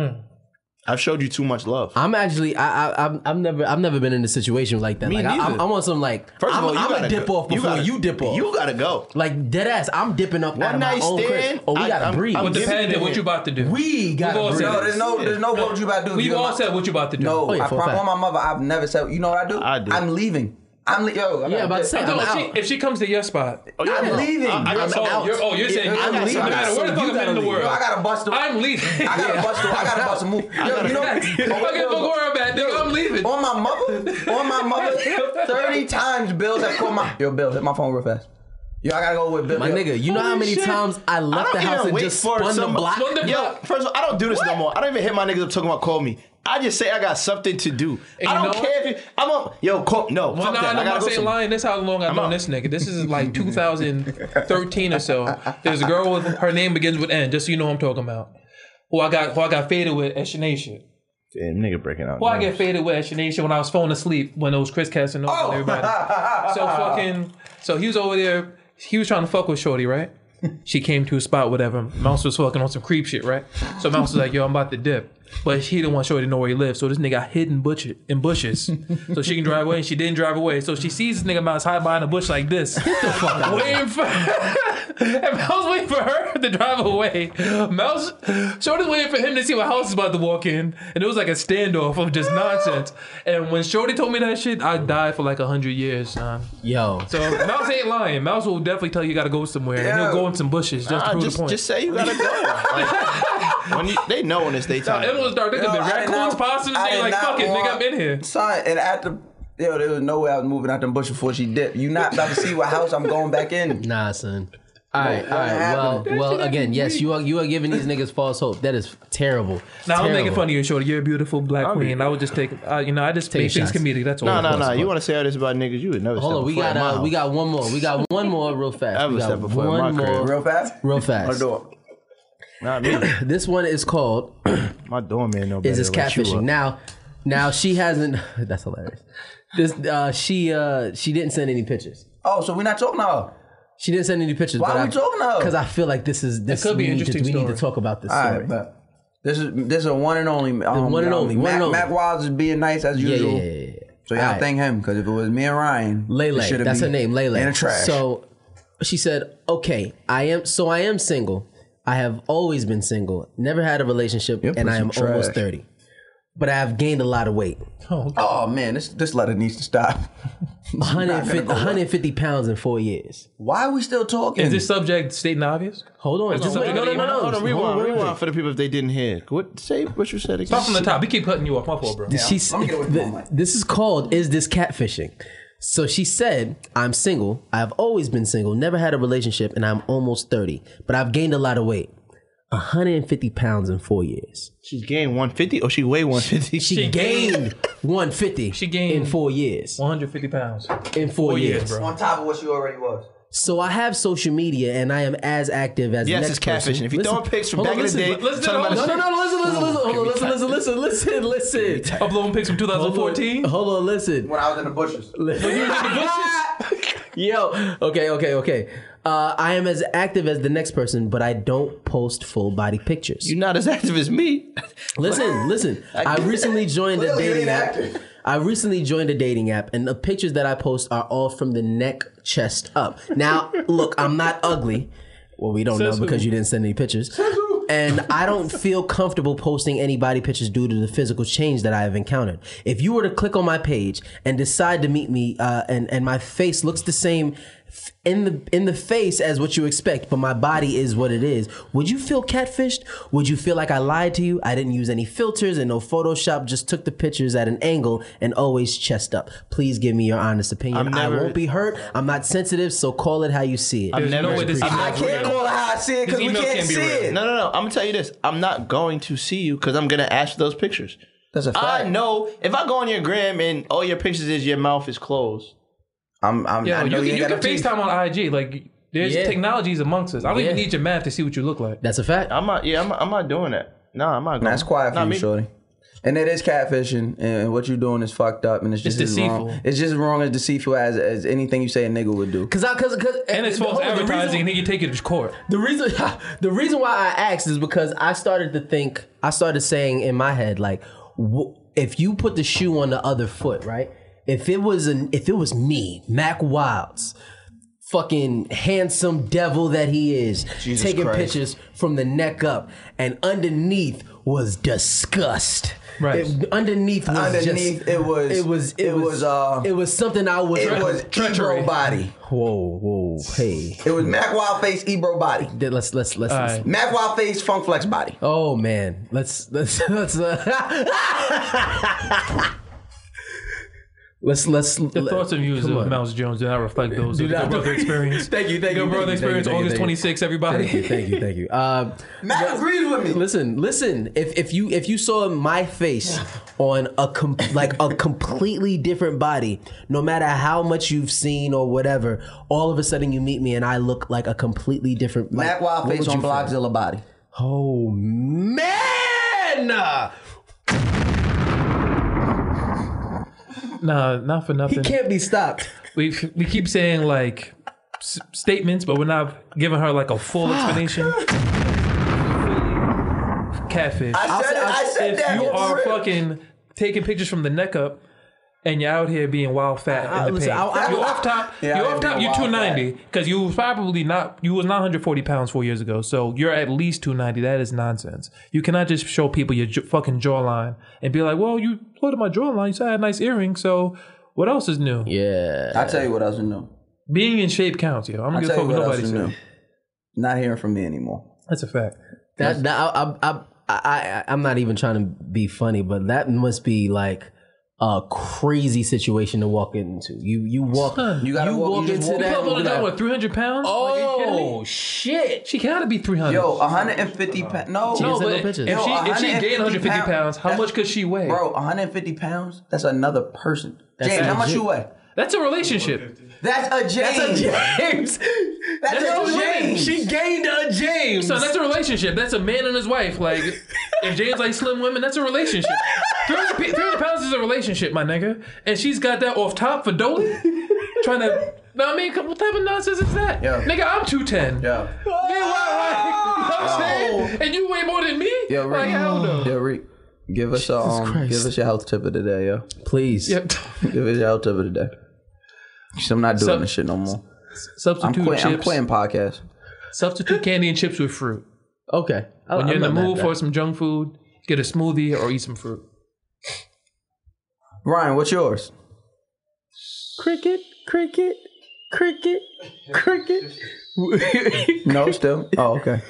I've showed you too much love.
I'm actually I I I'm, I'm never I've never been in a situation like that.
Me
like I, I'm,
neither.
I'm on some like
First
I'm,
of all, you
I'm
gotta
a dip
go.
off before you,
gotta-
dip off.
You gotta go.
like dead ass. I'm dipping up out
One
of my
night
own
stand,
crib. Oh, we
I-
gotta
I'm-
breathe.
I'm
Well,
Give me
depending
the
on what
hint.
you about to do.
we
all
gotta breathe.
said-
No, there's no, there's no what you about to do.
We've
You
all
my-
said what you about to do.
No,
Oh, yeah,
I
for a
promise
fact.
on my mother, I've never said. You know what I do?
I do.
I'm leaving. I'm le- yo. I'm
Yeah, about to say,
I'm
I'm
talking about
out.
if, she, if she comes to your spot.
Oh, yeah.
I'm leaving.
I, I got
I'm
some
oh,
outs.
You're, oh, you're saying
Yeah, I
I'm
got
leaving. No
some
matter
outs.
where the
So
fuck
you
I'm at in the
gotta leave.
world.
Yo, I gotta bust. a-
I'm leaving.
I gotta bust. a- I gotta bust a move. Yo, you know.
Fuck it, fuck where I'm at, nigga. I'm leaving.
On my mother, on my mother, thirty times Bills have called my yo Bill hit my phone real fast. Yo, I gotta go with Bill.
My
Yo,
nigga, you know how
Holy
many
shit.
times I
I
left
don't
the house
even
and
wait
just
for
spun the
some-
block?
Spun the
Yo,
block.
first of all, I don't do this no more. I don't even hit my niggas up talking about call me. I just say I got something to do.
And
I
you
don't
know
care if you. I'm on. Yo, call. No,
Well,
fuck
nah,
that.
no,
I gotta
I'm
go
saying
somewhere.
lying. That's how long I've known this nigga. This is like 2013 or so. There's a girl with her name begins with N. Just so you know, who I'm talking about. Who I got, who I got faded with at Shanae shit.
Damn, nigga breaking out.
Well, I
now.
get faded with Shanaysha when I was falling asleep when it was Chris Casanova and everybody. so fucking. So he was over there. He was trying to fuck with Shorty, right? She came to a spot, whatever. Mouse was fucking on some creep shit, right? So Mouse was like, "Yo, I'm about to dip," but he didn't want Shorty to know where he lived. So this nigga got hidden butcher in bushes, so she can drive away. And she didn't drive away. So she sees this nigga Mouse hide behind a bush like this, waiting for. and Mouse waiting for her to drive away. Mouse, Shorty's waiting for him to see what house is about to walk in, and it was like a standoff of just nonsense. And when Shorty told me that shit, I died for like a hundred years, son.
Yo.
So Mouse ain't lying. Mouse will definitely tell you, you gotta go somewhere. And he'll go in some bushes just to
Nah,
prove
just,
the point.
just say you gotta go. Like, when you, they know when it's their time.
it was dark. They could be raccoons, possums.
I
They
did
like,
not
fuck it, nigga, I'm
want-
in here.
Son, and after yo, there was no way I was moving out the bush before she dipped. You not about to see what house I'm going back in.
Nah, son. All right,
What
all right. Well,
happened?
well. Again, yes, you are you are giving these niggas false hope. That is terrible.
Now I'm
Terrible.
making fun of you, Shorty. You're a beautiful black
I'll be-
queen. I would just take, uh, you know, I just
Take
make things
shots.
comedic. That's all.
No, no, no. You want to say all this about niggas? You would never.
Hold
step
on, we
a foot
got
in my
uh, we
house.
got one more. We got one more real fast.
Ever
we got
step a foot in my crib. Real
fast?
Real fast.
Not me.
this one is called
My doorman no better.
Is this
like, you
catfishing?
up.
Now now she hasn't that's hilarious. This uh she uh she didn't send any pictures.
Oh, so we're not talking now.
She didn't send any pictures.
Why
but
are we
I-
talking about?
Cause I feel like this is this
could be
we
an
need to-
interesting
We need
story.
to talk about this
All right,
story.
but this is this is a one and only. um,
one and
um,
only, one
Mac,
and only.
Mac Wilds is being nice as
Yeah, yeah,
usual.
yeah, yeah,
So y'all all
All right.
thank him because if it was me and Ryan, it
Lele.
shoulda
That's her
been
name, Lele.
In the trash.
So she said, "Okay, I am. So I am single. I have always been single. Never had a relationship, and
that's
I am
some
almost
trash.
thirty. But I have gained a lot of weight.
Oh,
man, this this letter needs to stop.
150, 150 pounds in four years.
Why are we still talking?
Is this subject stating the obvious?
Hold on.
Is this
Wait,
subject
no, no, no, no. Hold on, rewind,
Hold on, wait,
rewind
wait.
for the people if they didn't hear. What say? What you said? Again?
Start from the top. We keep cutting you off. My fault, bro.
She s- th- this is called Is This Catfishing? So she said, I'm single. I've always been single, never had a relationship, and I'm almost 30, but I've gained a lot of weight 150 pounds in four years.
She's gained 150 or she weighed 150.
She, gained 150 she gained in four years.
150 pounds.
In four, years.
on top of what you already was.
So I have social media and I am as active as
Yes,
the
it's
next person.
catfishing. If you
Listen-
throwing pics from
hold
back
on,
in the
listen,
day,
listen,
talking about
no,
the
no, no, no, listen, listen, listen,
Ooh,
hold on,
can we
listen, listen, listen, listen, listen.
Uploading pics from 2014.
Hold on, listen.
When I was in the bushes.
Yo, okay, okay, okay. Uh, I am as active as the next person, but I don't post full body pictures.
You're not as active as me.
Listen, listen. I recently joined a
Clearly you
dating
ain't
app.
active.
I recently joined a dating app, and the pictures that I post are all from the neck, chest up. Now, look, I'm not ugly. Well, we don't
Says
know
who?
because you didn't send any pictures. And I don't feel comfortable posting any body pictures due to the physical change that I have encountered. If you were to click on my page and decide to meet me, uh, and and my face looks the same f- in the in the face as what you expect, but my body is what it is. Would you feel catfished? Would you feel like I lied to you? I didn't use any filters and no Photoshop. Just took the pictures at an angle and always chest up. Please give me your honest opinion.
I'm never-
I won't be hurt. I'm not sensitive, so call it how you see it.
I've never.
I can't call it how I see it because we can't see it.
No, no, no. I'm gonna tell you this. I'm not going to see you because I'm gonna ask those pictures.
That's a
I know if I go on your gram and all your pictures is your mouth is closed.
I'm. I'm
Yo,
I
you,
know
can-
you,
you
ain't
can
got no teeth.
FaceTime on IG. Like, there's
Yeah.
technologies amongst us. I don't even
Yeah.
need your math to see what you look like.
That's a fact.
I'm not. Yeah, I'm. I'm not doing that. No, I'm not. Going.
That's quiet for
Not
you,
me.
shorty. And it is catfishing, and what you're doing is fucked up, and it's
It's
just as wrong.
deceitful.
It's just as wrong as deceitful as, as anything you say a nigga would do.
Cause I, cause, cause,
And it's false
hold on, the reason-
advertising, and then you take it to court.
The reason the reason why I asked is because I started to think I started saying in my head like wh- if you put the shoe on the other foot, right? If it was an if it was me, Mac Wilds, fucking handsome devil that he is,
Jesus
taking
Christ.
pictures from the neck up and underneath was disgust.
Right.
It- underneath was
Underneath,
just,
it was-
it was it,
it
was,
was, uh,
it was something I was
It was Ebro body.
whoa whoa hey
It was Mac Wild Face Ebro body.
let's let's let's,
All
let's
right.
Mac Wild Face Funk Flex body.
Oh man, let's let's let's uh, let's let's
The thoughts and views of Mouse Jones do not reflect those of the
not-
Good Brother Experience.
Thank you, thank you,
Good
thank
Brother
you,
Experience,
thank you,
August
thank you.
26th, everybody.
Thank you, thank you, thank you. Uh,
Mac agrees with me.
listen, listen. If if you if you saw my face on a com- like a completely different body, no matter how much you've seen or whatever, all of a sudden you meet me and I look like a completely different. Like,
Mac Wild
what
Face
would Oh,
on
you feel?
Blockzilla body.
Oh man!
Nah, not for nothing.
can't be stopped.
We we keep saying like s- statements, but we're not giving her like a full
Fuck.
explanation. Catfish.
I said it- I said
if
that.
you
It's
are
real.
fucking taking pictures from the neck up. And you're out here being wild fat
I- I-
in the
listen,
paint.
I- I-
you're off top.
Yeah,
you're
I
off
am
top.
being
You're
wild
290 because you was probably not. You was not 140 pounds four years ago. So you're at least 290. That is nonsense. You cannot just show people your j- fucking jawline and be like, "Well, you looked at my jawline. You said I had nice earrings. So what else is new?"
Yeah.
I tell you what else is new.
Being in shape counts, yo. I'm gonna
I
give a
tell
fuck
you
what
what else
nobody
is new.
says.
Not hearing from me anymore.
That's a fact.
That, that I, I, I, I, I'm not even trying to be funny, but that must be like a crazy situation to walk into. You you walk you
gotta walk-
walk
you just
into that.
walk- You
and
probably
be
only got,
like,
What, 300 pounds?
Oh shit!
She gotta be 300.
Yo, 150 pounds. No,
She doesn't No, have no but pictures. if she- if she gained 150 pounds, how much could she weigh?
Bro, 150 pounds? That's another person.
That's
James, how much
legit.
you weigh?
That's a relationship.
That's a James.
That's a James. That's
That's a
a
James.
She gained a James.
So that's a relationship. That's a man and his wife. Like, if James likes slim women, that's a relationship. 300, pe- 300 pounds is a relationship, my nigga. And she's got that off top for Dolly? Trying to. No, I mean, what type of nonsense is that?
Yeah.
Nigga, I'm 210.
Yeah.
Then why- why- you know what I'm
Oh.
saying? And you weigh more than me?
Yo, Rick.
Like, hell no.
Yo, Rick. Give us a, um,
Christ.
give us your health tip of the day, yo.
Please.
Yep.
Give us your health tip of the day. 'Cause I'm not doing
So-
this shit no more. I'm
Substitute
quitting. I'm
chips.
quitting podcasts.
Substitute candy and chips with fruit.
Okay. I-
When you're
I'm
in the
not mad at
mood
that.
for some junk food, get a smoothie or eat some fruit.
Ryan, what's yours?
cricket, cricket, cricket, cricket.
No, still. Oh, okay.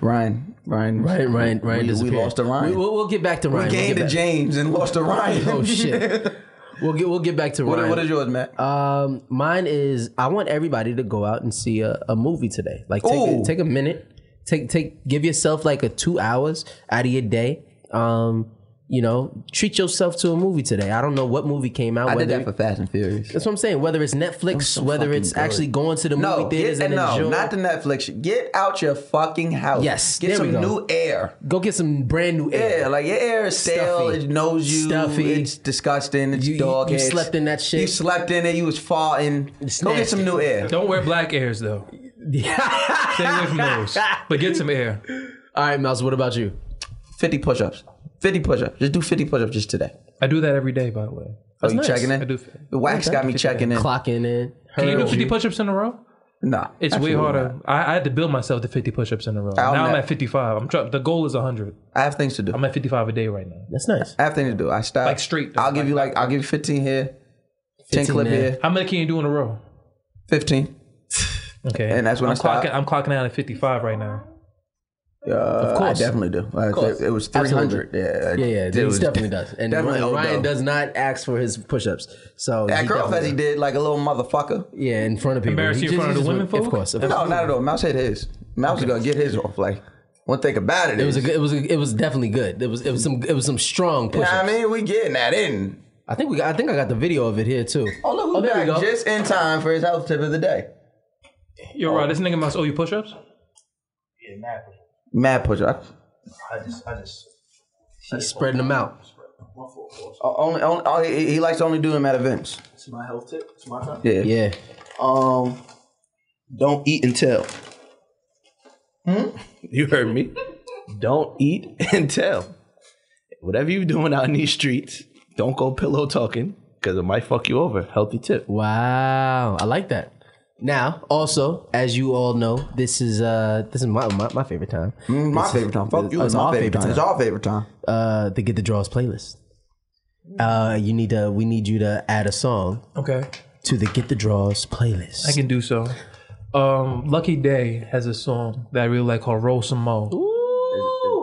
Ryan, Ryan,
Ryan, Ryan, Ryan
We, we
disappeared.
lost to Ryan.
We, will we'll get back to Ryan.
We
We'll
gained
get
to
back-
James and lost to Ryan.
Oh shit. We'll get we'll get back to
What,
Ryan.
what is yours, Matt?
Um, mine is I want everybody to go out and see a, a movie today. Like take
Ooh.
a, take a minute, take take give yourself like a two hours out of your day. Um, you know, treat yourself to a movie today. I don't know what movie came out.
I did
whether-
that for Fast and Furious.
that's what I'm saying. Whether it's Netflix, whether it's actually going to the movie
No,
theaters
get,
and
no,
enjoy,
not the Netflix. shit. Get out your fucking house.
Yes,
get
there
some
we go.
new air.
go get some brand new air.
Yeah, like your air is stale.
Stuffy.
It knows you.
Stuffy.
It's disgusting. It's
You- you-
dog.
you
heads.
slept in that shit.
You slept in it. You was farting.
It's
Go get
nasty.
some new air.
Don't wear black airs though. Stay away from those. But get some air.
All right, Mouse. What about you?
Fifty push-ups. Fifty push-ups. Just do fifty push-ups just today.
I do that every day, by the way.
Are
That's
you
nice.
checking in?
I do fit.
The wax got me checking in.
Clocking in.
Can you do
Heard
50
you.
push-ups in a row?
Nah,
It's
absolutely
way
not.
harder. I, I had to build myself to 50 push-ups in a row.
I'll
now I'm
ne-
at 55. I'm try- the goal is 100.
I have things to do.
I'm at 55 a day right now.
That's nice.
I have things to do. I stop.
Like straight, though,
I'll give
like
you like I'll give you fifteen here, ten
15
clip
there.
here,
How many can you do in a row?
fifteen.
Okay.
And that's when
I'm
I stop.
clocking. I'm clocking out at 55 right now.
Uh, of
course.
I definitely do. Uh,
course.
It, it was three hundred.
Yeah,
Yeah,
yeah,
it
he
was
definitely does. And
definitely
Ryan,
old
Ryan
though.
does not ask for his push-ups. So
At
he
Girl Fest,
definitely
he
does.
did like a little motherfucker.
Yeah, in front of people.
Embarrass
He
you in
just-
front of the
he just
women
went-
folk?
Of course, of
No,
course.
not at all. Mouse had his. Mouse was gonna get his off. Like one thing about it,
It was
is,
a good, it was a, it was definitely good. It was it was some it was some strong
You know
push-ups.
what I mean, we getting that in.
I think we got, I think I got the video of it here too.
Oh look, who's
there we go.
back just in time for his health tip of the day.
You're right. This nigga must owe you push-ups.
Mad push up.
He's spreading them out.
Uh, Only, only, only he- he likes to only do them at events.
It's my health tip. It's my time.
Yeah.
Yeah.
Um, don't eat and tell.
Hmm?
You heard me. Don't eat and tell. Whatever you're doing out in these streets, don't go pillow talking because it might fuck you over. Healthy tip.
Wow, I like that. Now, also, as you all know, this is uh this is my my, my favorite time.
Mm, My favorite time. Fuck you. It's our favorite time. It's our favorite time.
Uh, the Get the Draws playlist. Uh, you need to we need you to add a song
Okay.
to the Get the Draws playlist.
I can do so. Um, Lucky Day has a song that I really like called "Roll Some Mo."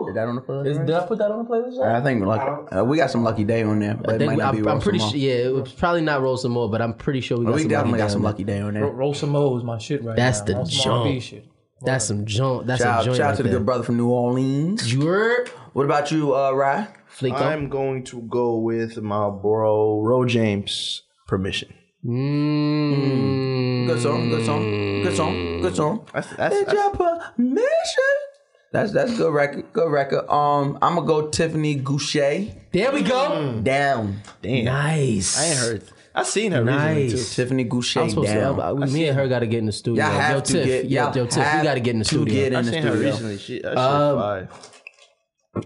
Is that on the playlist?
Did I put that on the playlist?
I think lucky, uh, we got some lucky day on there, but
I
it might
think
not be
I'm,
Roll
I'm pretty
Simone.
sure. Yeah, it was probably not roll some more, but I'm pretty sure we got
we
some
definitely
Lucky
got
Day
some
on there.
lucky day on
Ro-
there.
Roll Some Mo is my shit right
That's
now.
the
Roll Some Mo R&B
jump.
shit.
That's some junk. That's
Shout,
a joint.
shout out
right
to the
there.
good brother from New Orleans.
You heard?
What about you, uh, Rye?
Flico.
I'm going to go with my bro, Ro James. Permission.
Mm.
Good song, good song, good song, good song. Mm,
That's, that's,
Did your permission? That's that's good record. Good record. Um, I'm gonna go Tiffany Goucher.
There we go.
Mm. Down.
Damn.
Nice.
I ain't heard. I seen her recently too.
Nice.
Tiffany Goucher
I'm supposed
down.
to. I, I, me and her got to get in the studio.
Y'all have
yo,
to
Tiff,
get-
yo,
y'all
yo, Tiff,
have
we got to get in the
to
studio.
get in
I
the
seen her
studio.
recently. She, that shit
Um,
fire.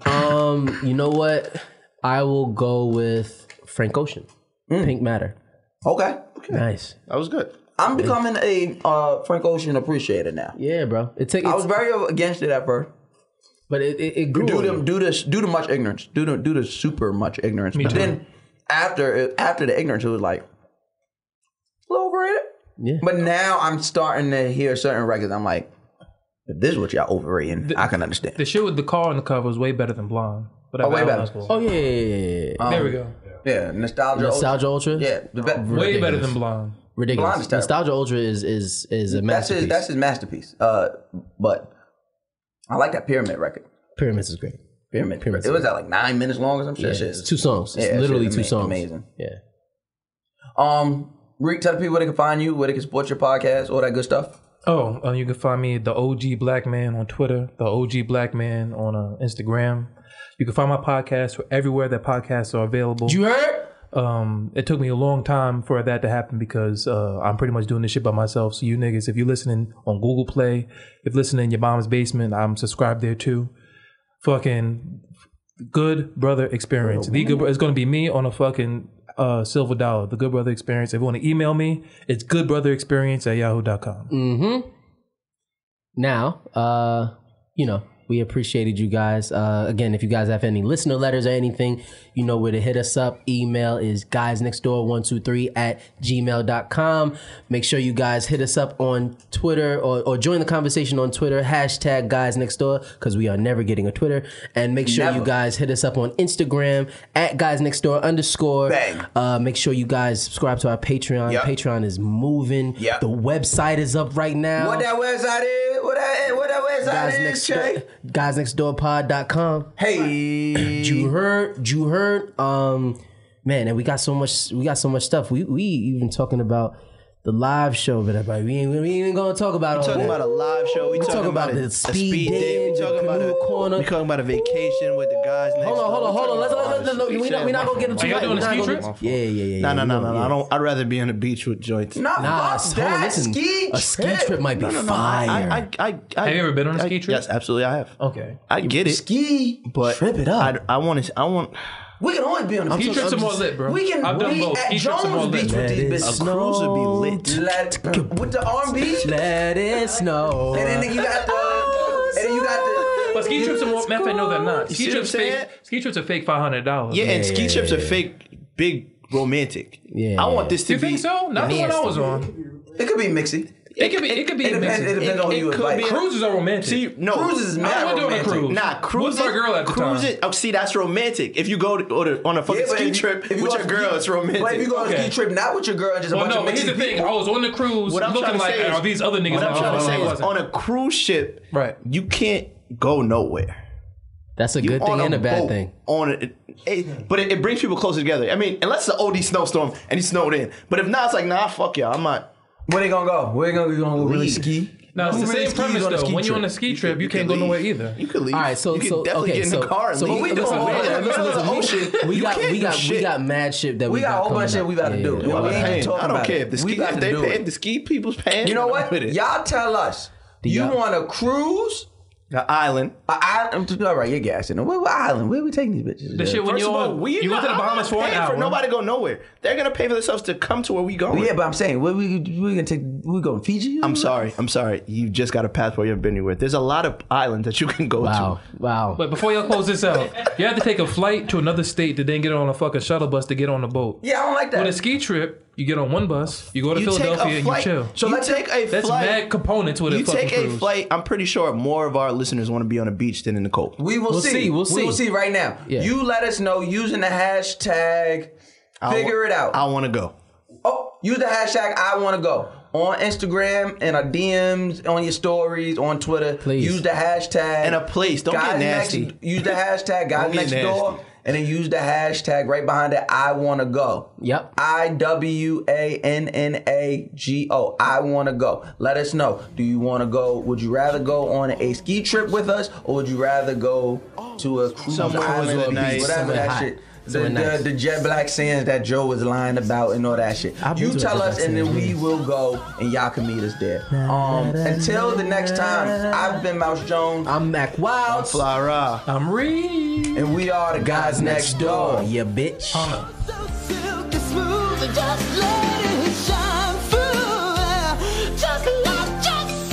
Um, you know what? I will go with Frank Ocean.
Mm.
Pink Matter.
Okay.
Nice.
That was good.
I'm becoming a uh, Frank Ocean appreciator now.
Yeah, bro. It took.
I
it's-
was very against it at first.
but it it, it grew.
Do
on
them
me.
do this do the much ignorance. Do the do the super much ignorance.
Me
but
too.
then after it- after the ignorance, it was like a little overrated.
Yeah.
But now I'm starting to hear certain records. I'm like, if this is what y'all overrating, I can understand.
The shit with the car on the cover was way better than Blonde. But
Oh, way
that
better.
was cool.
Oh yeah, yeah, yeah, yeah.
there we go.
yeah, nostalgia.
Nostalgia Ultra.
Yeah, the best.
Way
ridiculous.
better than Blonde.
Blonde
Ridiculous.
is terrible.
Nostalgia Ultra is is is a
That's
masterpiece.
his that's his masterpiece. Uh, but I like that pyramid record.
Pyramids is great.
Pyramid.
Pyramid's
It was at like nine minutes long or some shit.
Yeah,
Shit.
it's two songs. It's
Yeah,
literally
shit,
two
ama-
songs.
Amazing.
Yeah.
Um, Reek, tell the people where they can find you, where they can support your podcast, all that good stuff.
Oh, uh, you can find me the OG Black Man on Twitter, the OG Black Man on uh, Instagram. You can find my podcast everywhere that podcasts are available.
You heard?
um, it took me a long time for that to happen because uh, I'm pretty much doing this shit by myself. So you niggas, if you're listening on Google Play, if listening in your mom's basement, I'm subscribed there too. Fucking good brother experience. The good Bro- it's gonna be me on a fucking uh, silver dollar. The good brother experience. If you want to email me, it's goodbrotherexperience at yahoo.com.
Mm-hmm. Now, uh, you know, we appreciated you guys. Uh, again, if you guys have any listener letters or anything, you know where to hit us up. Email is guysnextdoor123 at gmail.com. Make sure you guys hit us up on Twitter or, or join the conversation on Twitter, hashtag guysnextdoor, because we are never getting a Twitter. And make sure you
Never.
guys hit us up on Instagram at guysnextdoor underscore.
Bang.
Uh, make sure you guys subscribe to our Patreon.
Yep.
Patreon is moving.
Yep.
The website is up right now.
What that website is? What that? What that website
guys
is?
next
Trey?
guys next door pod.com.
Hey,
You heard, you heard, um, man, and we got so much, we got so much stuff. We we even talking about the live show, but everybody, we ain't, we ain't even gonna talk about all
talking
that.
about a live show. We, talking,
talking
about,
about
a,
the
a speed,
speed
date.
date,
We
the
talking about a
canoe corner.
We talking about a vacation with the guys next.
Hold on, hold on, hold on. Let's, let's, let's, let's, we not, we not gonna get them too
y'all
hyped.
doing
We
a
not
ski
gonna-
trip?
Yeah, yeah, yeah, yeah.
No, no,
We
no,
gonna-
no, no.
yeah.
I don't. I'd rather be on the beach with joints.
nah,
Nah,
fuck
hold
that
on, listen.
ski
a ski trip might be fire. Oh,
I, I, I, I,
Have you ever been on a
I-
ski trip?
Yes, absolutely. I have.
Okay.
I get it,
ski,
but
Trip it up.
I, I want to. I want.
we can only be on the
He
beach.
trips some more lit, bro.
We can
I've done
be
both.
at
He trips some more
Jones
lit.
Beach with
Let
these
it
bitches.
snow.
cruise would be lit.
Let, with the R&B, and
Let it snow. Oh,
then you got the, and then you got the.
But ski trips are more. Matter of fact, no, they're not.
see
Ski
what
trips,
I'm saying?
fake, ski trips are fake five hundred dollars.
Yeah, and ski trips are fake, big, romantic.
Yeah.
I want this to
You
be.
think so? Not the one I was on.
It could be mixy.
It could be. It could be.
It depends. It
mixed.
depends on who
it
you
could
invite.
be-
Cruises are romantic.
See, no.
Cruises is
I
mad
went on a
romantic.
cruise.
Nah, cruise
With my
it-
girl at the
cruise
time.
it. Oh, see, that's romantic. If you go to, or to- on a fucking
but
ski
if you-
trip
if you
with
go
your
on
girl,
ski-
it's romantic.
But if you go on a
Okay.
ski trip, not with your girl, and just
Well,
a bunch
no,
of
but here's
mixy
the thing. I
people.
was on the cruise
What I'm trying
looking
to
like,
say is,
are these other niggas
What I'm
on-
trying to
oh,
say
I
is,
wasn't.
on a cruise ship,
Right.
You can't go nowhere.
That's a
You
good thing
on
and a bad
boat,
thing.
On it, it- but it, it brings people closer together. I mean, unless it's an OD snowstorm and he snowed in. But if not, it's like, nah, fuck y'all. I'm not.
Where they gonna go? Where they gonna, you gonna really
Leave.
ski?
Now it's
Who
the
really
same
skis
premise
on a
though.
ski
When you're on a
trip?
ski trip, you
could
can't go
leave.
nowhere either.
You could leave.
All right, so
you could
so
definitely
okay,
get in
so
the car and
so
leave.
we,
But we
listen,
doing
wait,
all that.
listen,
Middle of
listen,
the
we-
ocean.
we
You
got
can't
we
do
got we
shit.
got mad shit that we,
We got a whole bunch of shit
coming
we
up.
about to do.
Yeah,
We
yeah,
I'm
yeah.
ain't
paying.
even talking
I don't
about
care
it.
if the
We
ski
about
if
to
they
do
pay
it.
if the ski people's paying.
You know
I'm
what?
With it.
Y'all tell us. You
y'all-
want a cruise?
The island.
I, I, I'm just, all right, you're gassing. Where, what island? Where we taking these bitches?
The shit when
First
you're
of all,
on-
we
you go to the
I'm not
Bahamas for an
paying
hour.
nobody to go nowhere. They're gonna pay for themselves to come to where we going.
yeah, but I'm saying, where we we gonna take? We going to Fiji?
I'm sorry. I'm sorry. You just got a passport. You haven't been anywhere. There's a lot of islands that you can go
Wow, wow.
But before y'all close this out, you have to take a flight to another state to then get on a fucking shuttle bus to get on a boat.
Yeah, I don't like
With
that.
a ski trip, you get on one bus, you go
to.
to
You
Philadelphia,
take a
and you
flight.
chill.
So you
let's-
take a
That's
flight.
mad components with a
you
fucking
take
cruise.
a flight. I'm pretty sure more of our listeners want to be on a beach than in the cold.
We will
We'll
see.
see, we'll
We will
see.
see right now.
Yeah.
You let us know using the hashtag.
I
figure
wa-
it out.
I want to go.
Oh, use the hashtag I want to go on Instagram and our DMs on your stories on Twitter.
Please.
use the hashtag
And a place. Don't get
Guys
nasty.
Next- use the hashtag guys
get
next
nasty.
door. and then use the hashtag right behind it. I want to go. Yep. I W A N N A G O. I want to go. Let us know. Do you want to go? Would you rather go on a ski trip with us, or would you rather go to a cruise
Somewhere
island
with a
or
nice-
whatever
somewhere
that
hot.
shit? The,
Somewhere nice.
the, the jet black sands that Joe was lying about and all that shit.
I've been
You
to a
tell
Jet
us,
Black
and then
Sands,
we will go, and y'all can meet us there. Um, until the next time, I've been Mouse Jones.
I'm Mac Wild.
I'm Flyra.
I'm Reed.
And we are the guys, next door.
Yeah, bitch.
smooth and just let it shine through. Just love, just